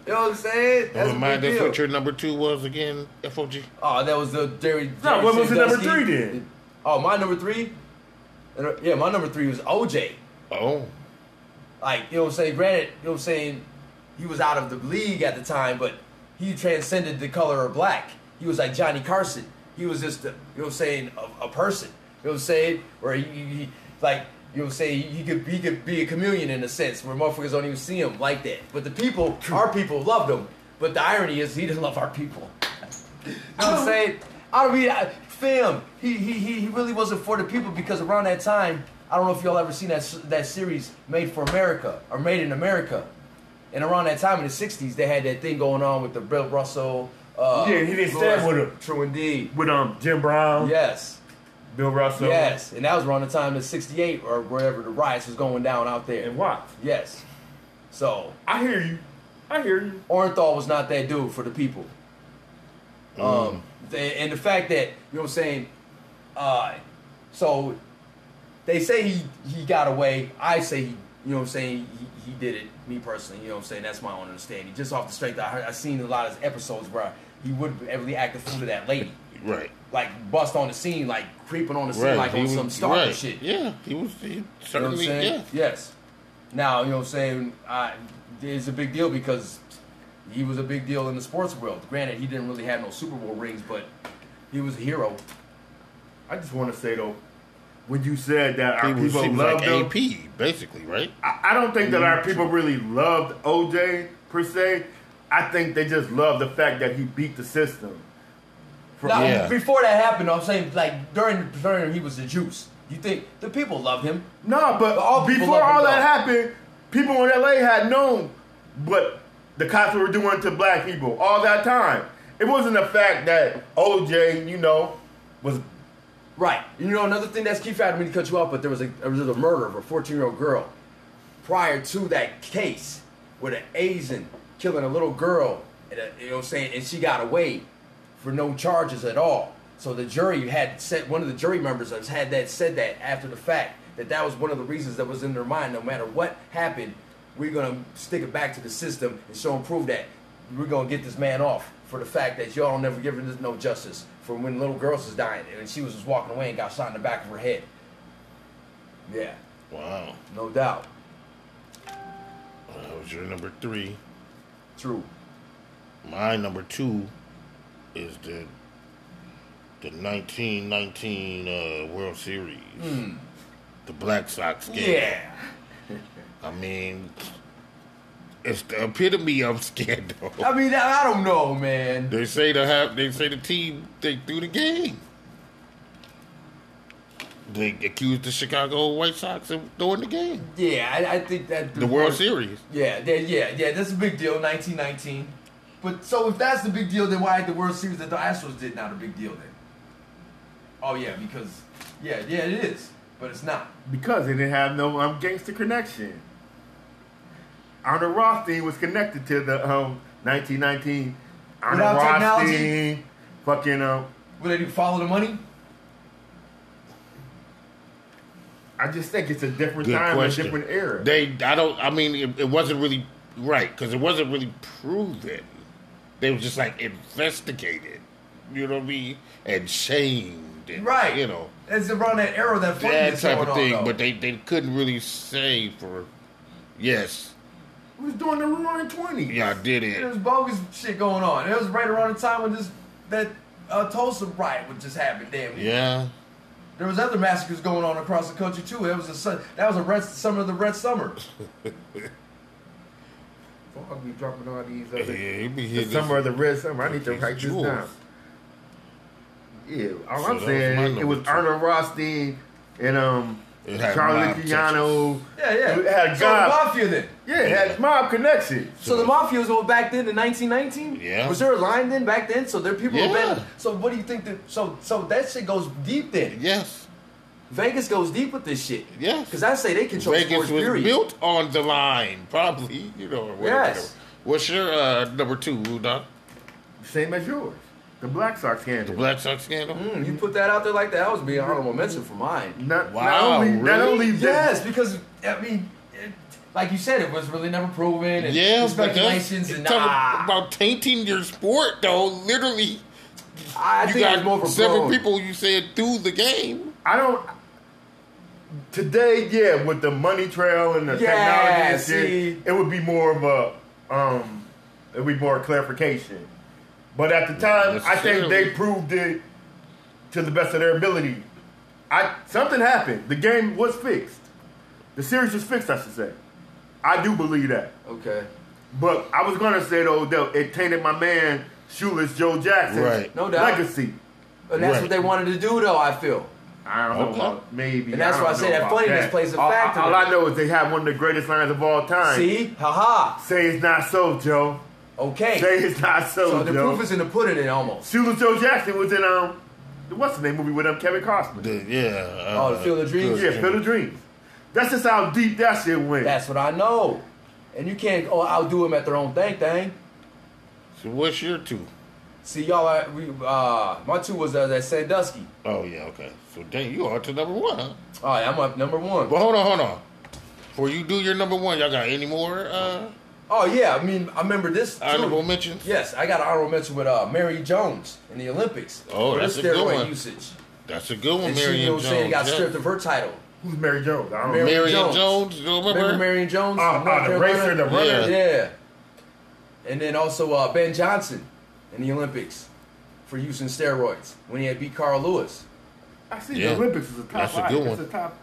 S3: You know what I'm saying? That's a
S1: Remind
S3: big
S1: us
S3: deal.
S1: what your number two was again, FOG.
S3: Oh, that was the Jerry.
S2: No,
S3: Jerry
S2: what was the number
S3: Sandusky.
S2: three then?
S3: Oh, my number three. And, uh, Yeah, my number three was OJ.
S1: Oh.
S3: Like you know what I'm saying. Granted, you know what I'm saying. He was out of the league at the time, but he transcended the color of black. He was like Johnny Carson. He was just a, you know what I'm saying a, a person. You know what I'm saying. Where he, he he- like you know what I'm saying. He could he could be a chameleon in a sense where motherfuckers don't even see him like that. But the people, our people, loved him. But the irony is, he didn't love our people. You know
S2: Oh.
S3: what I'm saying? I mean, I, fam, he, he, he he really wasn't for the people because around that time, I don't know if y'all ever seen that s- that series Made for America or Made in America. And around that time in the 60s, they had that thing going on with the Bill Russell. Uh,
S2: Yeah, he didn't
S3: Bill
S2: stand
S3: Russell-
S2: with him.
S3: True indeed.
S2: with um Jim Brown,
S3: Yes.
S2: Bill Russell,
S3: yes. And that was around the time of 68 or wherever the riots was going down out there.
S2: and Watts.
S3: Yes. So,
S2: I hear you. I hear you.
S3: Orenthal was not that dude for the people.
S1: Mm.
S3: Um, th- and the fact that you know what I'm saying, uh, so they say he he got away. I say he, you know what I'm saying, he, he did it. Me personally, you know what I'm saying. That's my own understanding. Just off the strength, I heard, I seen a lot of his episodes where he would really act the fool to that lady,
S1: Right.
S3: like bust on the scene, like creeping on the scene,
S1: Right.
S3: like
S1: he
S3: on
S1: was,
S3: some stalker
S1: right.
S3: shit.
S1: Yeah. He was he
S3: You know what I'm
S1: certainly
S3: saying?
S1: yeah.
S3: Yes. Now, you know what I'm saying? I, it's a big deal because he was a big deal in the sports world. Granted, he didn't really have no Super Bowl rings, but he was a hero.
S2: I just want to say though, when you said that our
S1: He was,
S2: people
S1: he was
S2: loved
S1: like
S2: him,
S1: AP, basically, right?
S2: I, I don't think that our people really loved OJ per se. I think they just loved the fact that he beat the system. For,
S3: Now,
S1: Yeah.
S3: before that happened, I'm saying, like, during during he was the juice. You think the people loved him?
S2: No, but
S3: all people
S2: before
S3: love him,
S2: all that
S3: though.
S2: happened, people in LA had known what the cops were doing to black people all that time. It wasn't the fact that OJ, you know, was
S3: Right. You know, another thing that's key factor, I mean to cut you off, but there was a, there was a murder of a 14 year old girl prior to that case with an Asian killing a little girl, and a, you know what I'm saying, and she got away for no charges at all. So the jury had said one of the jury members has had that said that after the fact that that was one of the reasons that was in their mind. No matter what happened, we're gonna stick it back to the system and show and prove that we're gonna get this man off for the fact that y'all never given us no justice for when little girls was dying and she was just walking away and got shot in the back of her head. Yeah,
S1: Wow.
S3: no doubt.
S1: That was your number three.
S3: True.
S1: My number two is the the 1919 uh, World Series. The Black Sox game.
S3: Hmm. Yeah.
S1: I mean, it's the epitome of scandal.
S3: I mean, I I don't know, man.
S1: They say the have they say the team they threw the game. They accused the Chicago White Sox of throwing the game.
S3: Yeah, I, I think that
S1: The World Series.
S3: Yeah, yeah, yeah, yeah. That's a big deal. Nineteen nineteen. But so if that's the big deal, then why the World Series that the Astros did not a big deal then? Oh yeah, because yeah, yeah, it is, but it's not.
S2: Because they didn't have no um, gangster connection. Arnold Rothstein was connected to the um, 1919. Arnold
S3: Without technology?
S2: Rothstein, fucking um,
S3: Would they do follow the money?
S2: I just think it's a different
S1: Good
S2: time,
S1: question.
S2: a different era.
S1: They, I don't. I mean, it, it wasn't really right because it wasn't really proven. They was just like investigated. You know what I mean? And shamed. And,
S3: Right.
S1: You know
S3: It's around that era that funny
S1: that
S3: that's
S1: type
S3: going
S1: of
S3: on,
S1: thing.
S3: though.
S1: But they they couldn't really say for. Yes,
S2: Who's doing the roaring 20s?
S1: yeah, I did it.
S3: There was bogus shit going on. It was right around the time when this that uh, Tulsa riot would just happen. Damn. near.
S1: Yeah.
S3: There was other massacres going on across the country too. That was a sun- that was a red summer of the red summer.
S2: Fuck, you dropping all these
S1: Yeah,
S2: other.
S1: he be
S2: the
S1: hitting
S2: summer of the red summer. I need to
S1: these
S2: write this
S1: jewels.
S2: down. Yeah, all
S1: So that
S2: I'm
S1: was
S2: saying
S1: my
S2: is it
S1: number
S2: was
S1: two.
S2: Arnold Rothstein and um
S1: It had
S2: Charlie
S1: mob
S2: Luciano.
S3: Yeah, yeah.
S2: It had
S3: so
S2: God.
S3: the mafia then.
S2: yeah, it had mob connections.
S3: So the mafia was all back then in 1919.
S1: Yeah.
S3: Was there a line then back then? So there people. were
S1: Yeah.
S3: bad- So what do you think? That, so so that shit goes deep then.
S1: Yes.
S3: Vegas goes deep with this shit.
S1: Yes.
S3: Because I say they control
S1: Vegas
S3: sports.
S1: was
S3: period.
S1: built on the line, probably. You know. Or whatever.
S3: Yes.
S1: What's your uh, number two, Doc?
S2: Same as yours. The Black Sox
S1: The
S2: scandal.
S1: Black Sox scandal.
S3: Mm, you put that out there like that. That was being honorable mention for mine.
S2: Not, not
S1: Wow,
S2: only not
S1: really?
S2: only that
S3: Yes, because I mean, it, like you said, it was really never proven. And
S1: Yeah, but that's
S3: speculations and
S1: talking
S3: ah,
S1: about tainting your sport though. Literally,
S3: I
S1: you
S3: think it was
S1: got
S3: more
S1: several
S3: overblown.
S1: people you said through the game.
S2: I don't. Today, yeah, with the money trail and the
S3: Yeah,
S2: technology and shit,
S3: see.
S2: it would be more of a um, it would be more clarification. But at the time, I think
S1: necessarily.
S2: they proved it to the best of their ability. I something happened. The game was fixed. The series was fixed. I should say. I do believe that.
S3: Okay.
S2: But I was gonna say though that it tainted my man Shoeless Joe Jackson's
S1: Right.
S3: No doubt.
S2: legacy.
S3: And that's
S1: Right.
S3: what they wanted to do, though. I feel.
S2: I don't
S1: Okay.
S2: know about maybe.
S3: And that's
S2: don't
S3: why I say
S2: know
S3: that
S2: about
S3: funniness plays a
S2: all,
S3: factor
S2: All,
S3: in
S2: I
S3: it.
S2: know is they have one of the greatest lines of all time.
S3: See, haha.
S2: Say it's not so, Joe.
S3: Okay.
S2: Say it's not so,
S3: So the
S2: Joe.
S3: proof is in the pudding, then almost.
S2: Shooter Joe Jackson was in um, what's the name movie with um Kevin Costner?
S1: The, yeah.
S3: Oh, the Field of Dreams?
S2: yeah, Field of Dreams. That's just how deep that shit went.
S3: That's what I know. And you can't oh, outdo them at their own thing, thing.
S1: So what's your two?
S3: See, y'all, I, we, uh, my two was uh, that Sandusky.
S1: Oh yeah, okay. So dang, you are to number one. Huh?
S3: All right, I'm up number one.
S1: But hold on, hold on. Before you do your number one, y'all got any more uh,
S3: Oh, yeah, I mean, I remember this. too.
S1: honorable mentions?
S3: Yes, I got an honorable mention with uh, Mary Jones in the Olympics.
S1: Oh,
S3: for her
S1: that's a good
S3: steroid
S1: one.
S3: usage.
S1: That's a good one,
S3: And
S1: Marion
S3: she, you know what I'm
S1: Jones.
S3: saying, got
S1: yeah.
S3: stripped of her title.
S2: Who's Mary Jones? I don't
S3: Mary-
S2: know.
S1: Marion
S3: Jones.
S1: Jones. you remember?
S3: Remember Marion Jones?
S2: Uh,
S3: from North
S2: uh, the
S3: Carolina?
S2: racer, the
S1: Yeah.
S2: runner.
S3: Yeah. And then also uh, Ben Johnson in the Olympics for using steroids when he had beat Carl Lewis.
S2: I see
S1: Yeah.
S2: the Olympics is a top.
S1: That's a
S2: line.
S1: good
S2: It's
S1: one.
S2: a top.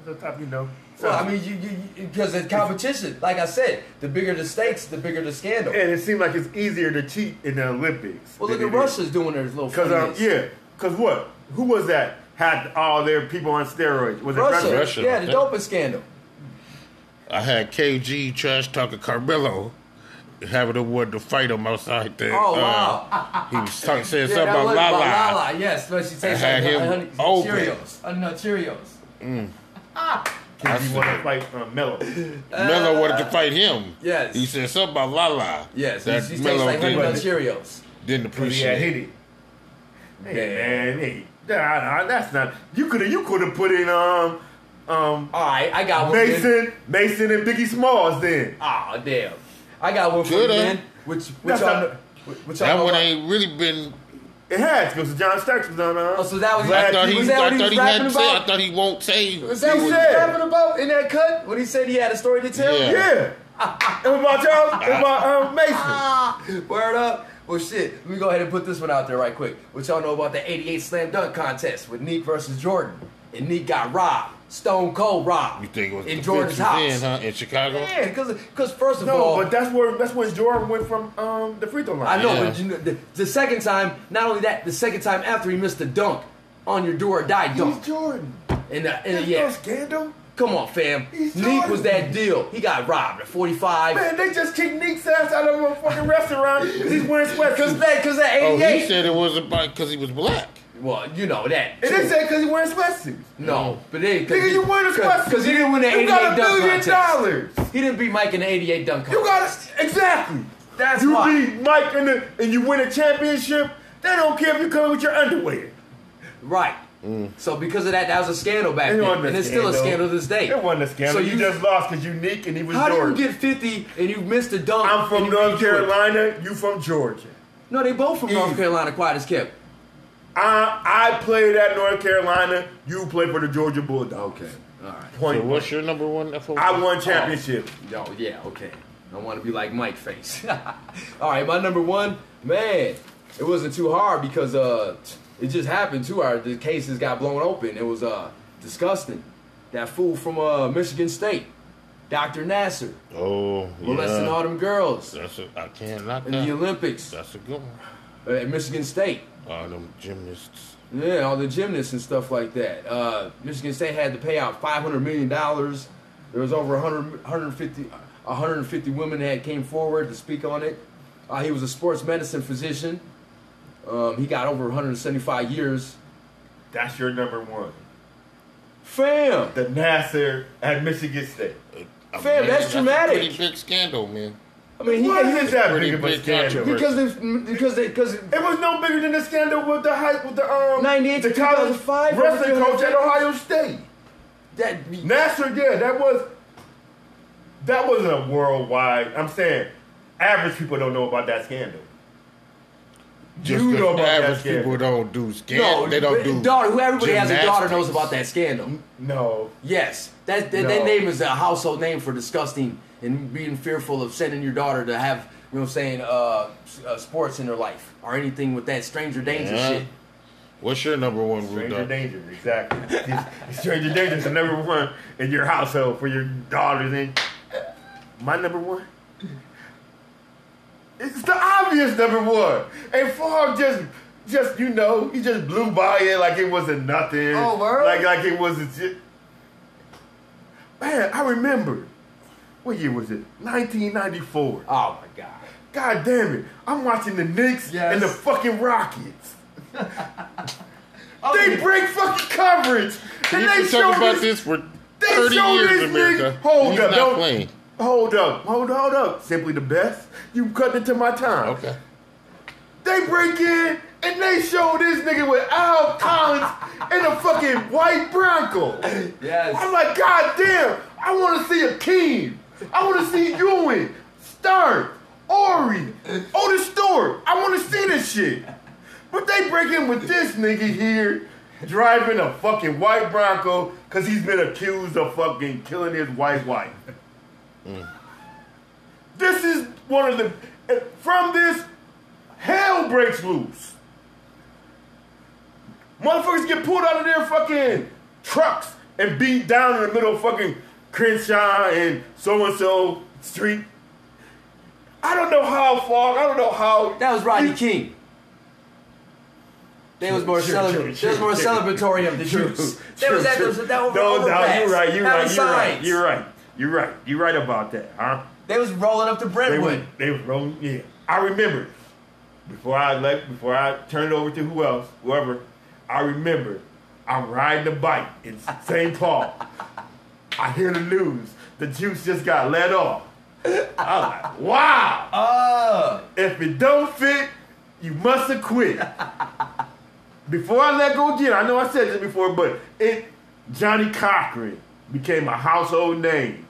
S2: It's a top. You know.
S3: Well, I mean, you, because it's competition. Like I said, the bigger the stakes, the bigger the scandal.
S2: and it seemed like it's easier to cheat in the Olympics.
S3: Well,
S2: than
S3: look at
S2: it is-
S3: Russia's doing their little.
S2: Cause um,
S3: funniness.
S2: yeah, cause what? Who was that? Had all their people on steroids? Was it
S3: Russia,
S2: Russia?
S1: Russia,
S3: yeah,
S1: I
S3: the
S1: think.
S3: doping scandal.
S1: I had KG trash talking Carmelo having a word to fight him outside there.
S3: Oh
S1: Uh,
S3: wow!
S1: he was talking, saying something
S3: Yeah, that
S1: about
S3: was
S1: Lala.
S3: Lala, yes, but she tastes
S1: had
S3: like
S1: him
S3: honey,
S1: open.
S3: Cheerios. Uh, no Cheerios.
S1: I
S2: Did you want to
S1: said-
S2: fight um, Melo?
S1: Melo wanted to fight him.
S3: Uh, yes.
S1: He said something about Lala.
S3: Yes,
S1: That
S3: she, she tastes
S1: Melo
S3: like honey
S1: did.
S3: nut Cheerios.
S1: Didn't
S2: Because he had
S1: appreciate
S2: hit
S1: it.
S2: it. Hey man, hey, nah, nah, that's not. You could have, you could have put in um,
S3: All
S2: um,
S3: right, I got one. Then.
S2: Mason, Mason and Biggie Smalls. Then
S3: Ah, damn. I got one for you,
S1: Coulda.
S3: man. Which, which
S2: That's
S3: y'all
S2: not-
S3: know? Which y'all
S1: eh? That
S3: know
S1: one
S3: about-
S1: ain't really been.
S2: it has because John Starks was on. Uh,
S3: Oh, so that was-
S1: I
S2: Vlad
S1: thought
S2: T
S1: he.
S3: was
S2: was
S3: that
S1: I
S3: what he
S1: thought he
S3: was rapping
S1: hadn't saved. I
S3: about?
S1: thought he won't save.
S3: Is that
S2: He
S3: what
S2: said.
S3: you're rapping about in that cut? When he said he had a story to tell?
S1: Yeah.
S2: Yeah, it was about Charles. It was about um, Mason.
S3: Ah, word up. Well, shit, let me go ahead and put this one out there right quick. What y'all know about the 88 slam dunk contest with Neek versus Jordan. And Neek got robbed. Stone Cold robbed.
S1: You think it was
S3: In
S1: the
S3: Jordan's
S1: 50s
S3: house.
S1: then, huh? In Chicago.
S3: Yeah, because first of
S2: No,
S3: all...
S2: but that's where that's when Jordan went from um the free throw line.
S3: I know,
S1: Yeah.
S3: but you know, the, the second time, not only that, the second time after he missed the dunk on your do or die dunk.
S2: He's Jordan.
S3: And, uh, and
S2: There's
S3: uh,
S2: no
S3: yeah,
S2: scandal.
S3: come on, fam.
S2: He's
S3: Neek was
S2: Jordan.
S3: that deal. He got robbed at 45.
S2: Man, they just kicked Nick's ass out of a fucking restaurant because he's wearing sweats.
S3: Because that, because that
S1: Oh,
S3: 88.
S1: he said it was about because he was black.
S3: well, you know that.
S2: And
S3: too.
S2: they said because he's wearing sweatsuits.
S3: No, but they
S2: Mm-hmm. Nigga, you won this question.
S3: because he didn't win the
S2: You
S3: eighty-eight
S2: got a
S3: dunk
S2: million
S3: contest.
S2: dollars.
S3: He didn't beat Mike in the eighty-eight dunk
S2: You
S3: contest.
S2: got it exactly.
S3: That's
S2: you
S3: why.
S2: beat Mike in the, and you win a championship. They don't care if you come with your underwear.
S3: right.
S2: Mm.
S3: So because of that, that was a scandal back
S2: It
S3: then,
S2: wasn't a
S3: and it's still a scandal
S2: scandal.
S3: to this day.
S2: It wasn't a scandal.
S3: So
S2: you,
S3: you-
S2: just lost because you Nick and he was
S3: How do you
S2: Jordan.
S3: get fifty and you missed a dunk?
S2: I'm
S3: and
S2: from
S3: you
S2: North
S3: beat Jordan?
S2: Carolina. You from Georgia.
S3: No, they both from North
S2: Easy.
S3: Carolina. Quiet as kept.
S2: I I played at North Carolina. You played for the Georgia Bulldogs.
S3: Okay. All right.
S1: So
S2: Point.
S1: what's your number one? FOB?
S2: I won championship.
S3: Yo, yeah, okay. I want to be like Mike Face. All right, my number one, man, it wasn't too hard because uh, it just happened too. Our the cases got blown open. It was uh disgusting. That fool from uh Michigan State, Dr. Nasser,
S1: Oh,
S3: molesting all
S1: yeah.
S3: them girls
S1: That's a, I can't knock
S3: in the
S1: that.
S3: Olympics
S1: That's a good one.
S3: at Michigan State.
S1: All them gymnasts.
S3: Yeah, all the gymnasts and stuff like that. Uh, Michigan State had to pay out five hundred million dollars. There was over 100, 150, 150 women that came forward to speak on it. Uh, he was a sports medicine physician. Um, he got over 175 years.
S2: That's your number one.
S3: Fam,
S2: The Nasser at Michigan State.
S1: I
S3: Fam,
S1: mean,
S3: that's
S1: a
S3: traumatic.
S1: pretty big scandal, man.
S3: I mean, he,
S2: What
S3: he
S2: is that
S1: pretty
S2: big of a
S1: big
S2: scandal?
S1: controversy.
S3: because they, because they, because
S2: It was no bigger than the scandal with the high, with the um
S3: 98
S2: the
S3: to
S2: college
S3: 2005,
S2: wrestling
S3: everything
S2: coach at Ohio State.
S3: that
S2: Nasser, yeah, that was that wasn't a worldwide. I'm saying average people don't know about that scandal.
S1: Just
S2: you
S1: 'cause
S2: know about that
S1: average people
S2: scandal?
S1: don't do scandal.
S3: no,
S1: they don't
S3: but
S1: do.
S3: daughter. Who everybody has a daughter knows
S1: gymnastics.
S3: about that scandal.
S2: No,
S3: Yes, that that,
S2: No.
S3: that name is a household name for disgusting and being fearful of sending your daughter to have you know what I'm saying uh, s- uh sports in her life or anything with that stranger danger
S1: Yeah.
S3: shit.
S1: What's your number one rule?
S2: stranger
S1: dog?
S2: danger, exactly. stranger danger is the number one in your household for your daughters and my number one. It's the obvious number one, and Favre just. Just you know, he just blew by it like it wasn't nothing.
S3: Oh, word?
S2: Like like it wasn't. shit. Man, I remember. What year was it? 1994.
S3: Oh my god.
S2: God damn it. I'm watching the Knicks
S3: Yes.
S2: and the fucking Rockets. they break fucking coverage. And
S1: We've
S2: they
S1: been
S2: show
S1: talking about
S2: this,
S1: this for
S2: they
S1: 30
S2: show
S1: years
S2: this
S1: in America.
S2: nigga- Hold
S1: He's
S2: up,
S1: not
S2: don't-
S1: playing.
S2: Hold up, hold hold up. Simply the best. You cut into my time.
S1: Okay.
S2: They break in and they show this nigga with Al Collins and a fucking white Bronco.
S3: Yes.
S2: I'm like, God damn, I want to see a King. I want to see Ewing, Stern, Ori, Otis Stewart. I want to see this shit. But they break in with this nigga here driving a fucking white Bronco because he's been accused of fucking killing his white wife. This is one of the. From this, hell breaks loose. Motherfuckers get pulled out of their fucking trucks and beat down in the middle of fucking Crenshaw and so and so street. I don't know how far. I don't know how.
S3: That was Rodney
S2: you-
S3: King. They was more
S2: True,
S3: celebra-
S2: true,
S3: they was more
S2: true,
S3: celebratory of the
S2: True,
S3: Jews. They
S2: true,
S3: was at
S2: true.
S3: those- that over-
S2: No, no,
S3: overpass.
S2: you're right. You're
S3: That
S2: right.
S3: was
S2: You're right.
S3: signs.
S2: You're right. You're right. You're right about that, huh?
S3: They was rolling up to
S2: They
S3: Brentwood.
S2: were, they was rolling. Yeah, I remember. Before I left, before I turned it over to who else, whoever, I remember. I'm riding a bike in St. Paul. I hear the news. The juice just got let off. I'm like, wow.
S3: Oh,
S2: If it don't fit, You must have quit. before I let go again, I know I said this before, but it Johnny Cochran became a household name.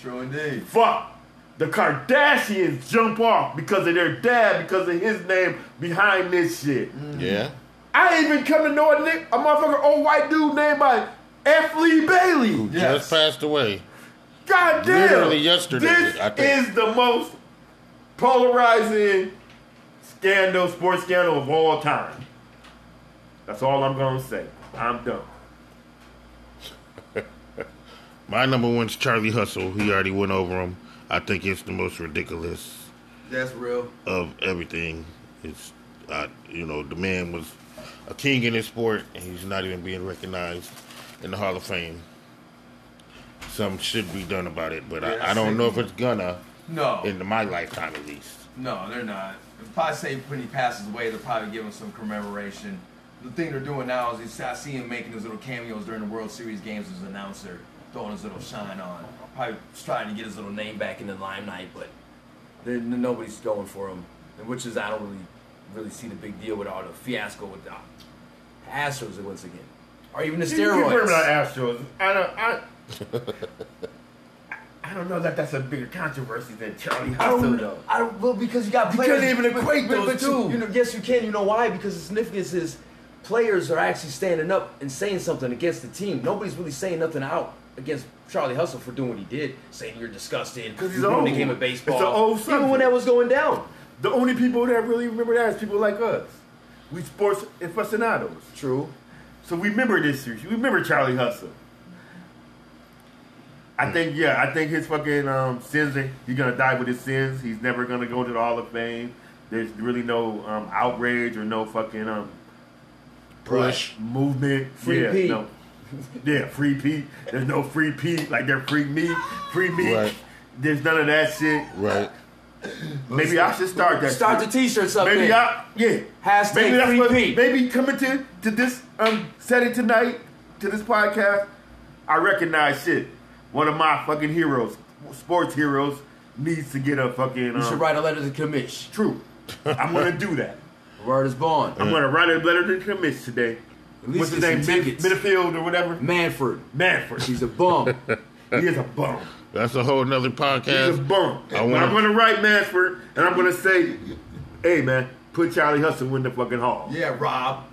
S4: True indeed.
S2: Fuck. The Kardashians jump off because of their dad, because of his name behind this shit.
S1: Yeah.
S2: I ain't even come to know a, ni- a motherfucker old white dude named by F. Lee Bailey.
S4: Yes.
S1: Just passed away.
S2: God damn.
S1: Literally yesterday,
S2: This
S1: I think.
S2: is the most polarizing scandal, sports scandal of all time. That's all I'm gonna say. I'm done.
S1: My number one's Charlie Hustle. He already went over him. I think it's the most ridiculous
S3: That's real.
S1: of everything. It's, uh, you know, the man was a king in his sport, and he's not even being recognized in the Hall of Fame. Some should be done about it, but
S4: Yeah,
S1: I, I don't know if
S4: same.
S1: it's gonna
S4: No.
S1: in my lifetime at least.
S4: No, they're not. They'll probably say when he passes away, they'll probably give him some commemoration. The thing they're doing now is he's, I see him making his little cameos during the World Series games as an announcer, throwing his little shine on.
S3: Probably trying to get his little name back in the limelight, but there- n- nobody's going for him. And which is I don't really really see the big deal with all the fiasco with the Astros once again, or even the
S2: You- You bring about
S3: steroids.
S2: Astros. I don't. I, I don't know that that's a bigger controversy than Charlie
S3: I
S2: Hustle
S3: don't,
S2: though.
S3: I don't, well, because you got
S2: You
S3: players.
S2: couldn't even equate
S3: but,
S2: those
S3: but you-
S2: two.
S3: You know, yes, you can. You know why? Because the significance is players are actually standing up and saying something against the team. Nobody's really saying nothing out against Charlie Hustle for doing what he did, saying you're disgusted.
S2: 'Cause he's
S3: you ruined
S2: old.
S3: the game of
S2: It's
S3: baseball.
S2: an old
S3: even
S2: subject.
S3: when that was going down.
S2: The only people that really remember that is people like us. We sports aficionados.
S3: True.
S2: So we remember this year. We remember Charlie Hustle.
S3: Hmm.
S2: I think yeah, I think his fucking um, sins. He's gonna die with his sins. He's never gonna go to the Hall of Fame. There's really no um, outrage or no fucking um,
S1: Push.
S2: movement.
S3: Free
S2: yeah,
S3: Pete.
S2: No. Yeah, free Pete. There's no free Pete. Like they're free me, free me.
S1: Right.
S2: There's none of that shit.
S1: Right.
S2: Maybe I should start that.
S3: Start the
S2: shit.
S3: t-shirts up
S2: Maybe
S3: then.
S2: I yeah.
S3: Hashtag
S2: maybe
S3: free
S2: what,
S3: Pete.
S2: Maybe coming to to this um setting tonight to this podcast, I recognize shit. One of my fucking heroes, sports heroes, needs to get a fucking. Um,
S3: You should write a letter to commish.
S2: True. I'm gonna do that.
S3: Word is born.
S2: I'm gonna write a letter to the commish today.
S3: At least
S2: What's his
S3: get
S2: name?
S3: some
S2: Mid-
S3: tickets.
S2: Midfield or whatever.
S3: Manford.
S2: Manford.
S3: He's a bum.
S2: He is a bum.
S1: That's a whole nother
S2: He's a
S1: podcast.
S2: bum.
S1: I
S2: But
S1: wanna-
S2: I'm gonna write Manford and I'm gonna say, hey man, put Charlie Hustle in the fucking hall.
S4: Yeah, Rob.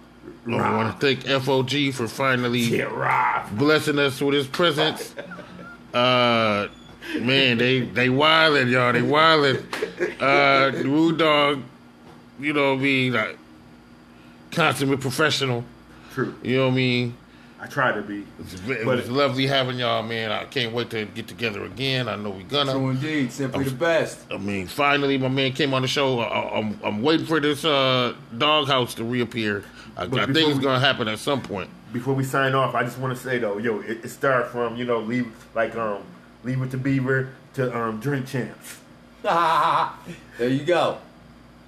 S1: I want to thank FOG for finally
S2: Yeah, Rob.
S1: blessing us with his presence. Uh, man, they they wildin', y'all. They wildin'. Uh, the Woo Dog, you know, be like consummate professional.
S2: True.
S1: You know what I mean?
S2: I try to be.
S1: It's, ve- it
S2: But-
S1: was lovely having y'all, man. I can't wait to get together again. I know we gonna.
S3: True indeed. Simply the best.
S1: I mean, finally, my man came on the show. I, I- I'm, I'm waiting for this uh, doghouse to reappear. I, I
S2: But
S1: think
S2: before
S1: it's
S2: we-
S1: gonna happen at some point.
S2: Before we sign off, I just want to say though, yo, it, it started from you know leave like um leave it to Beaver to um drink champs.
S3: there you go.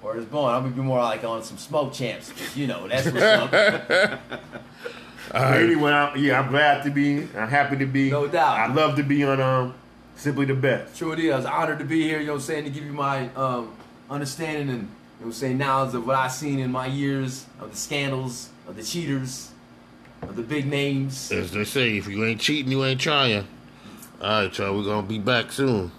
S3: Word is born. I'm gonna be more like on some smoke champs. You know, that's what's up.
S2: But anyway, I'm, yeah, I'm glad to be. I'm happy to be.
S3: No doubt.
S2: I love to be on um simply the best.
S3: True indeed. I was honored to be here, you know what I'm saying, to give you my um, understanding and, you know what I'm saying, knowledge of what I've seen in my years of the scandals, of the cheaters, of the big names.
S1: As they say, if you ain't cheating, you ain't trying. All right, y'all, we're gonna be back soon.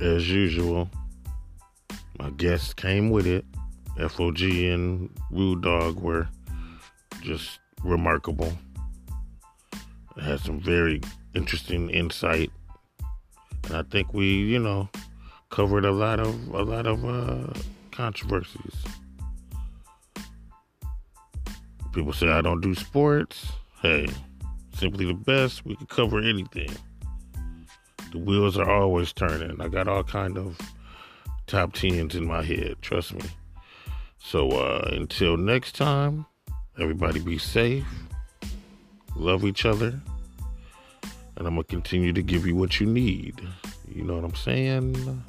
S1: As usual, my guests came with it. FOG and Woo Dog were just remarkable. Had some very interesting insight. And I think we, you know, covered a lot of a lot of uh, controversies. People say I don't do sports. Hey, simply the best. We can cover anything. The wheels are always turning. I got all kind of top tens in my head. Trust me. So uh, until next time, everybody be safe. Love each other. And I'm going to continue to give you what you need. You know what I'm saying?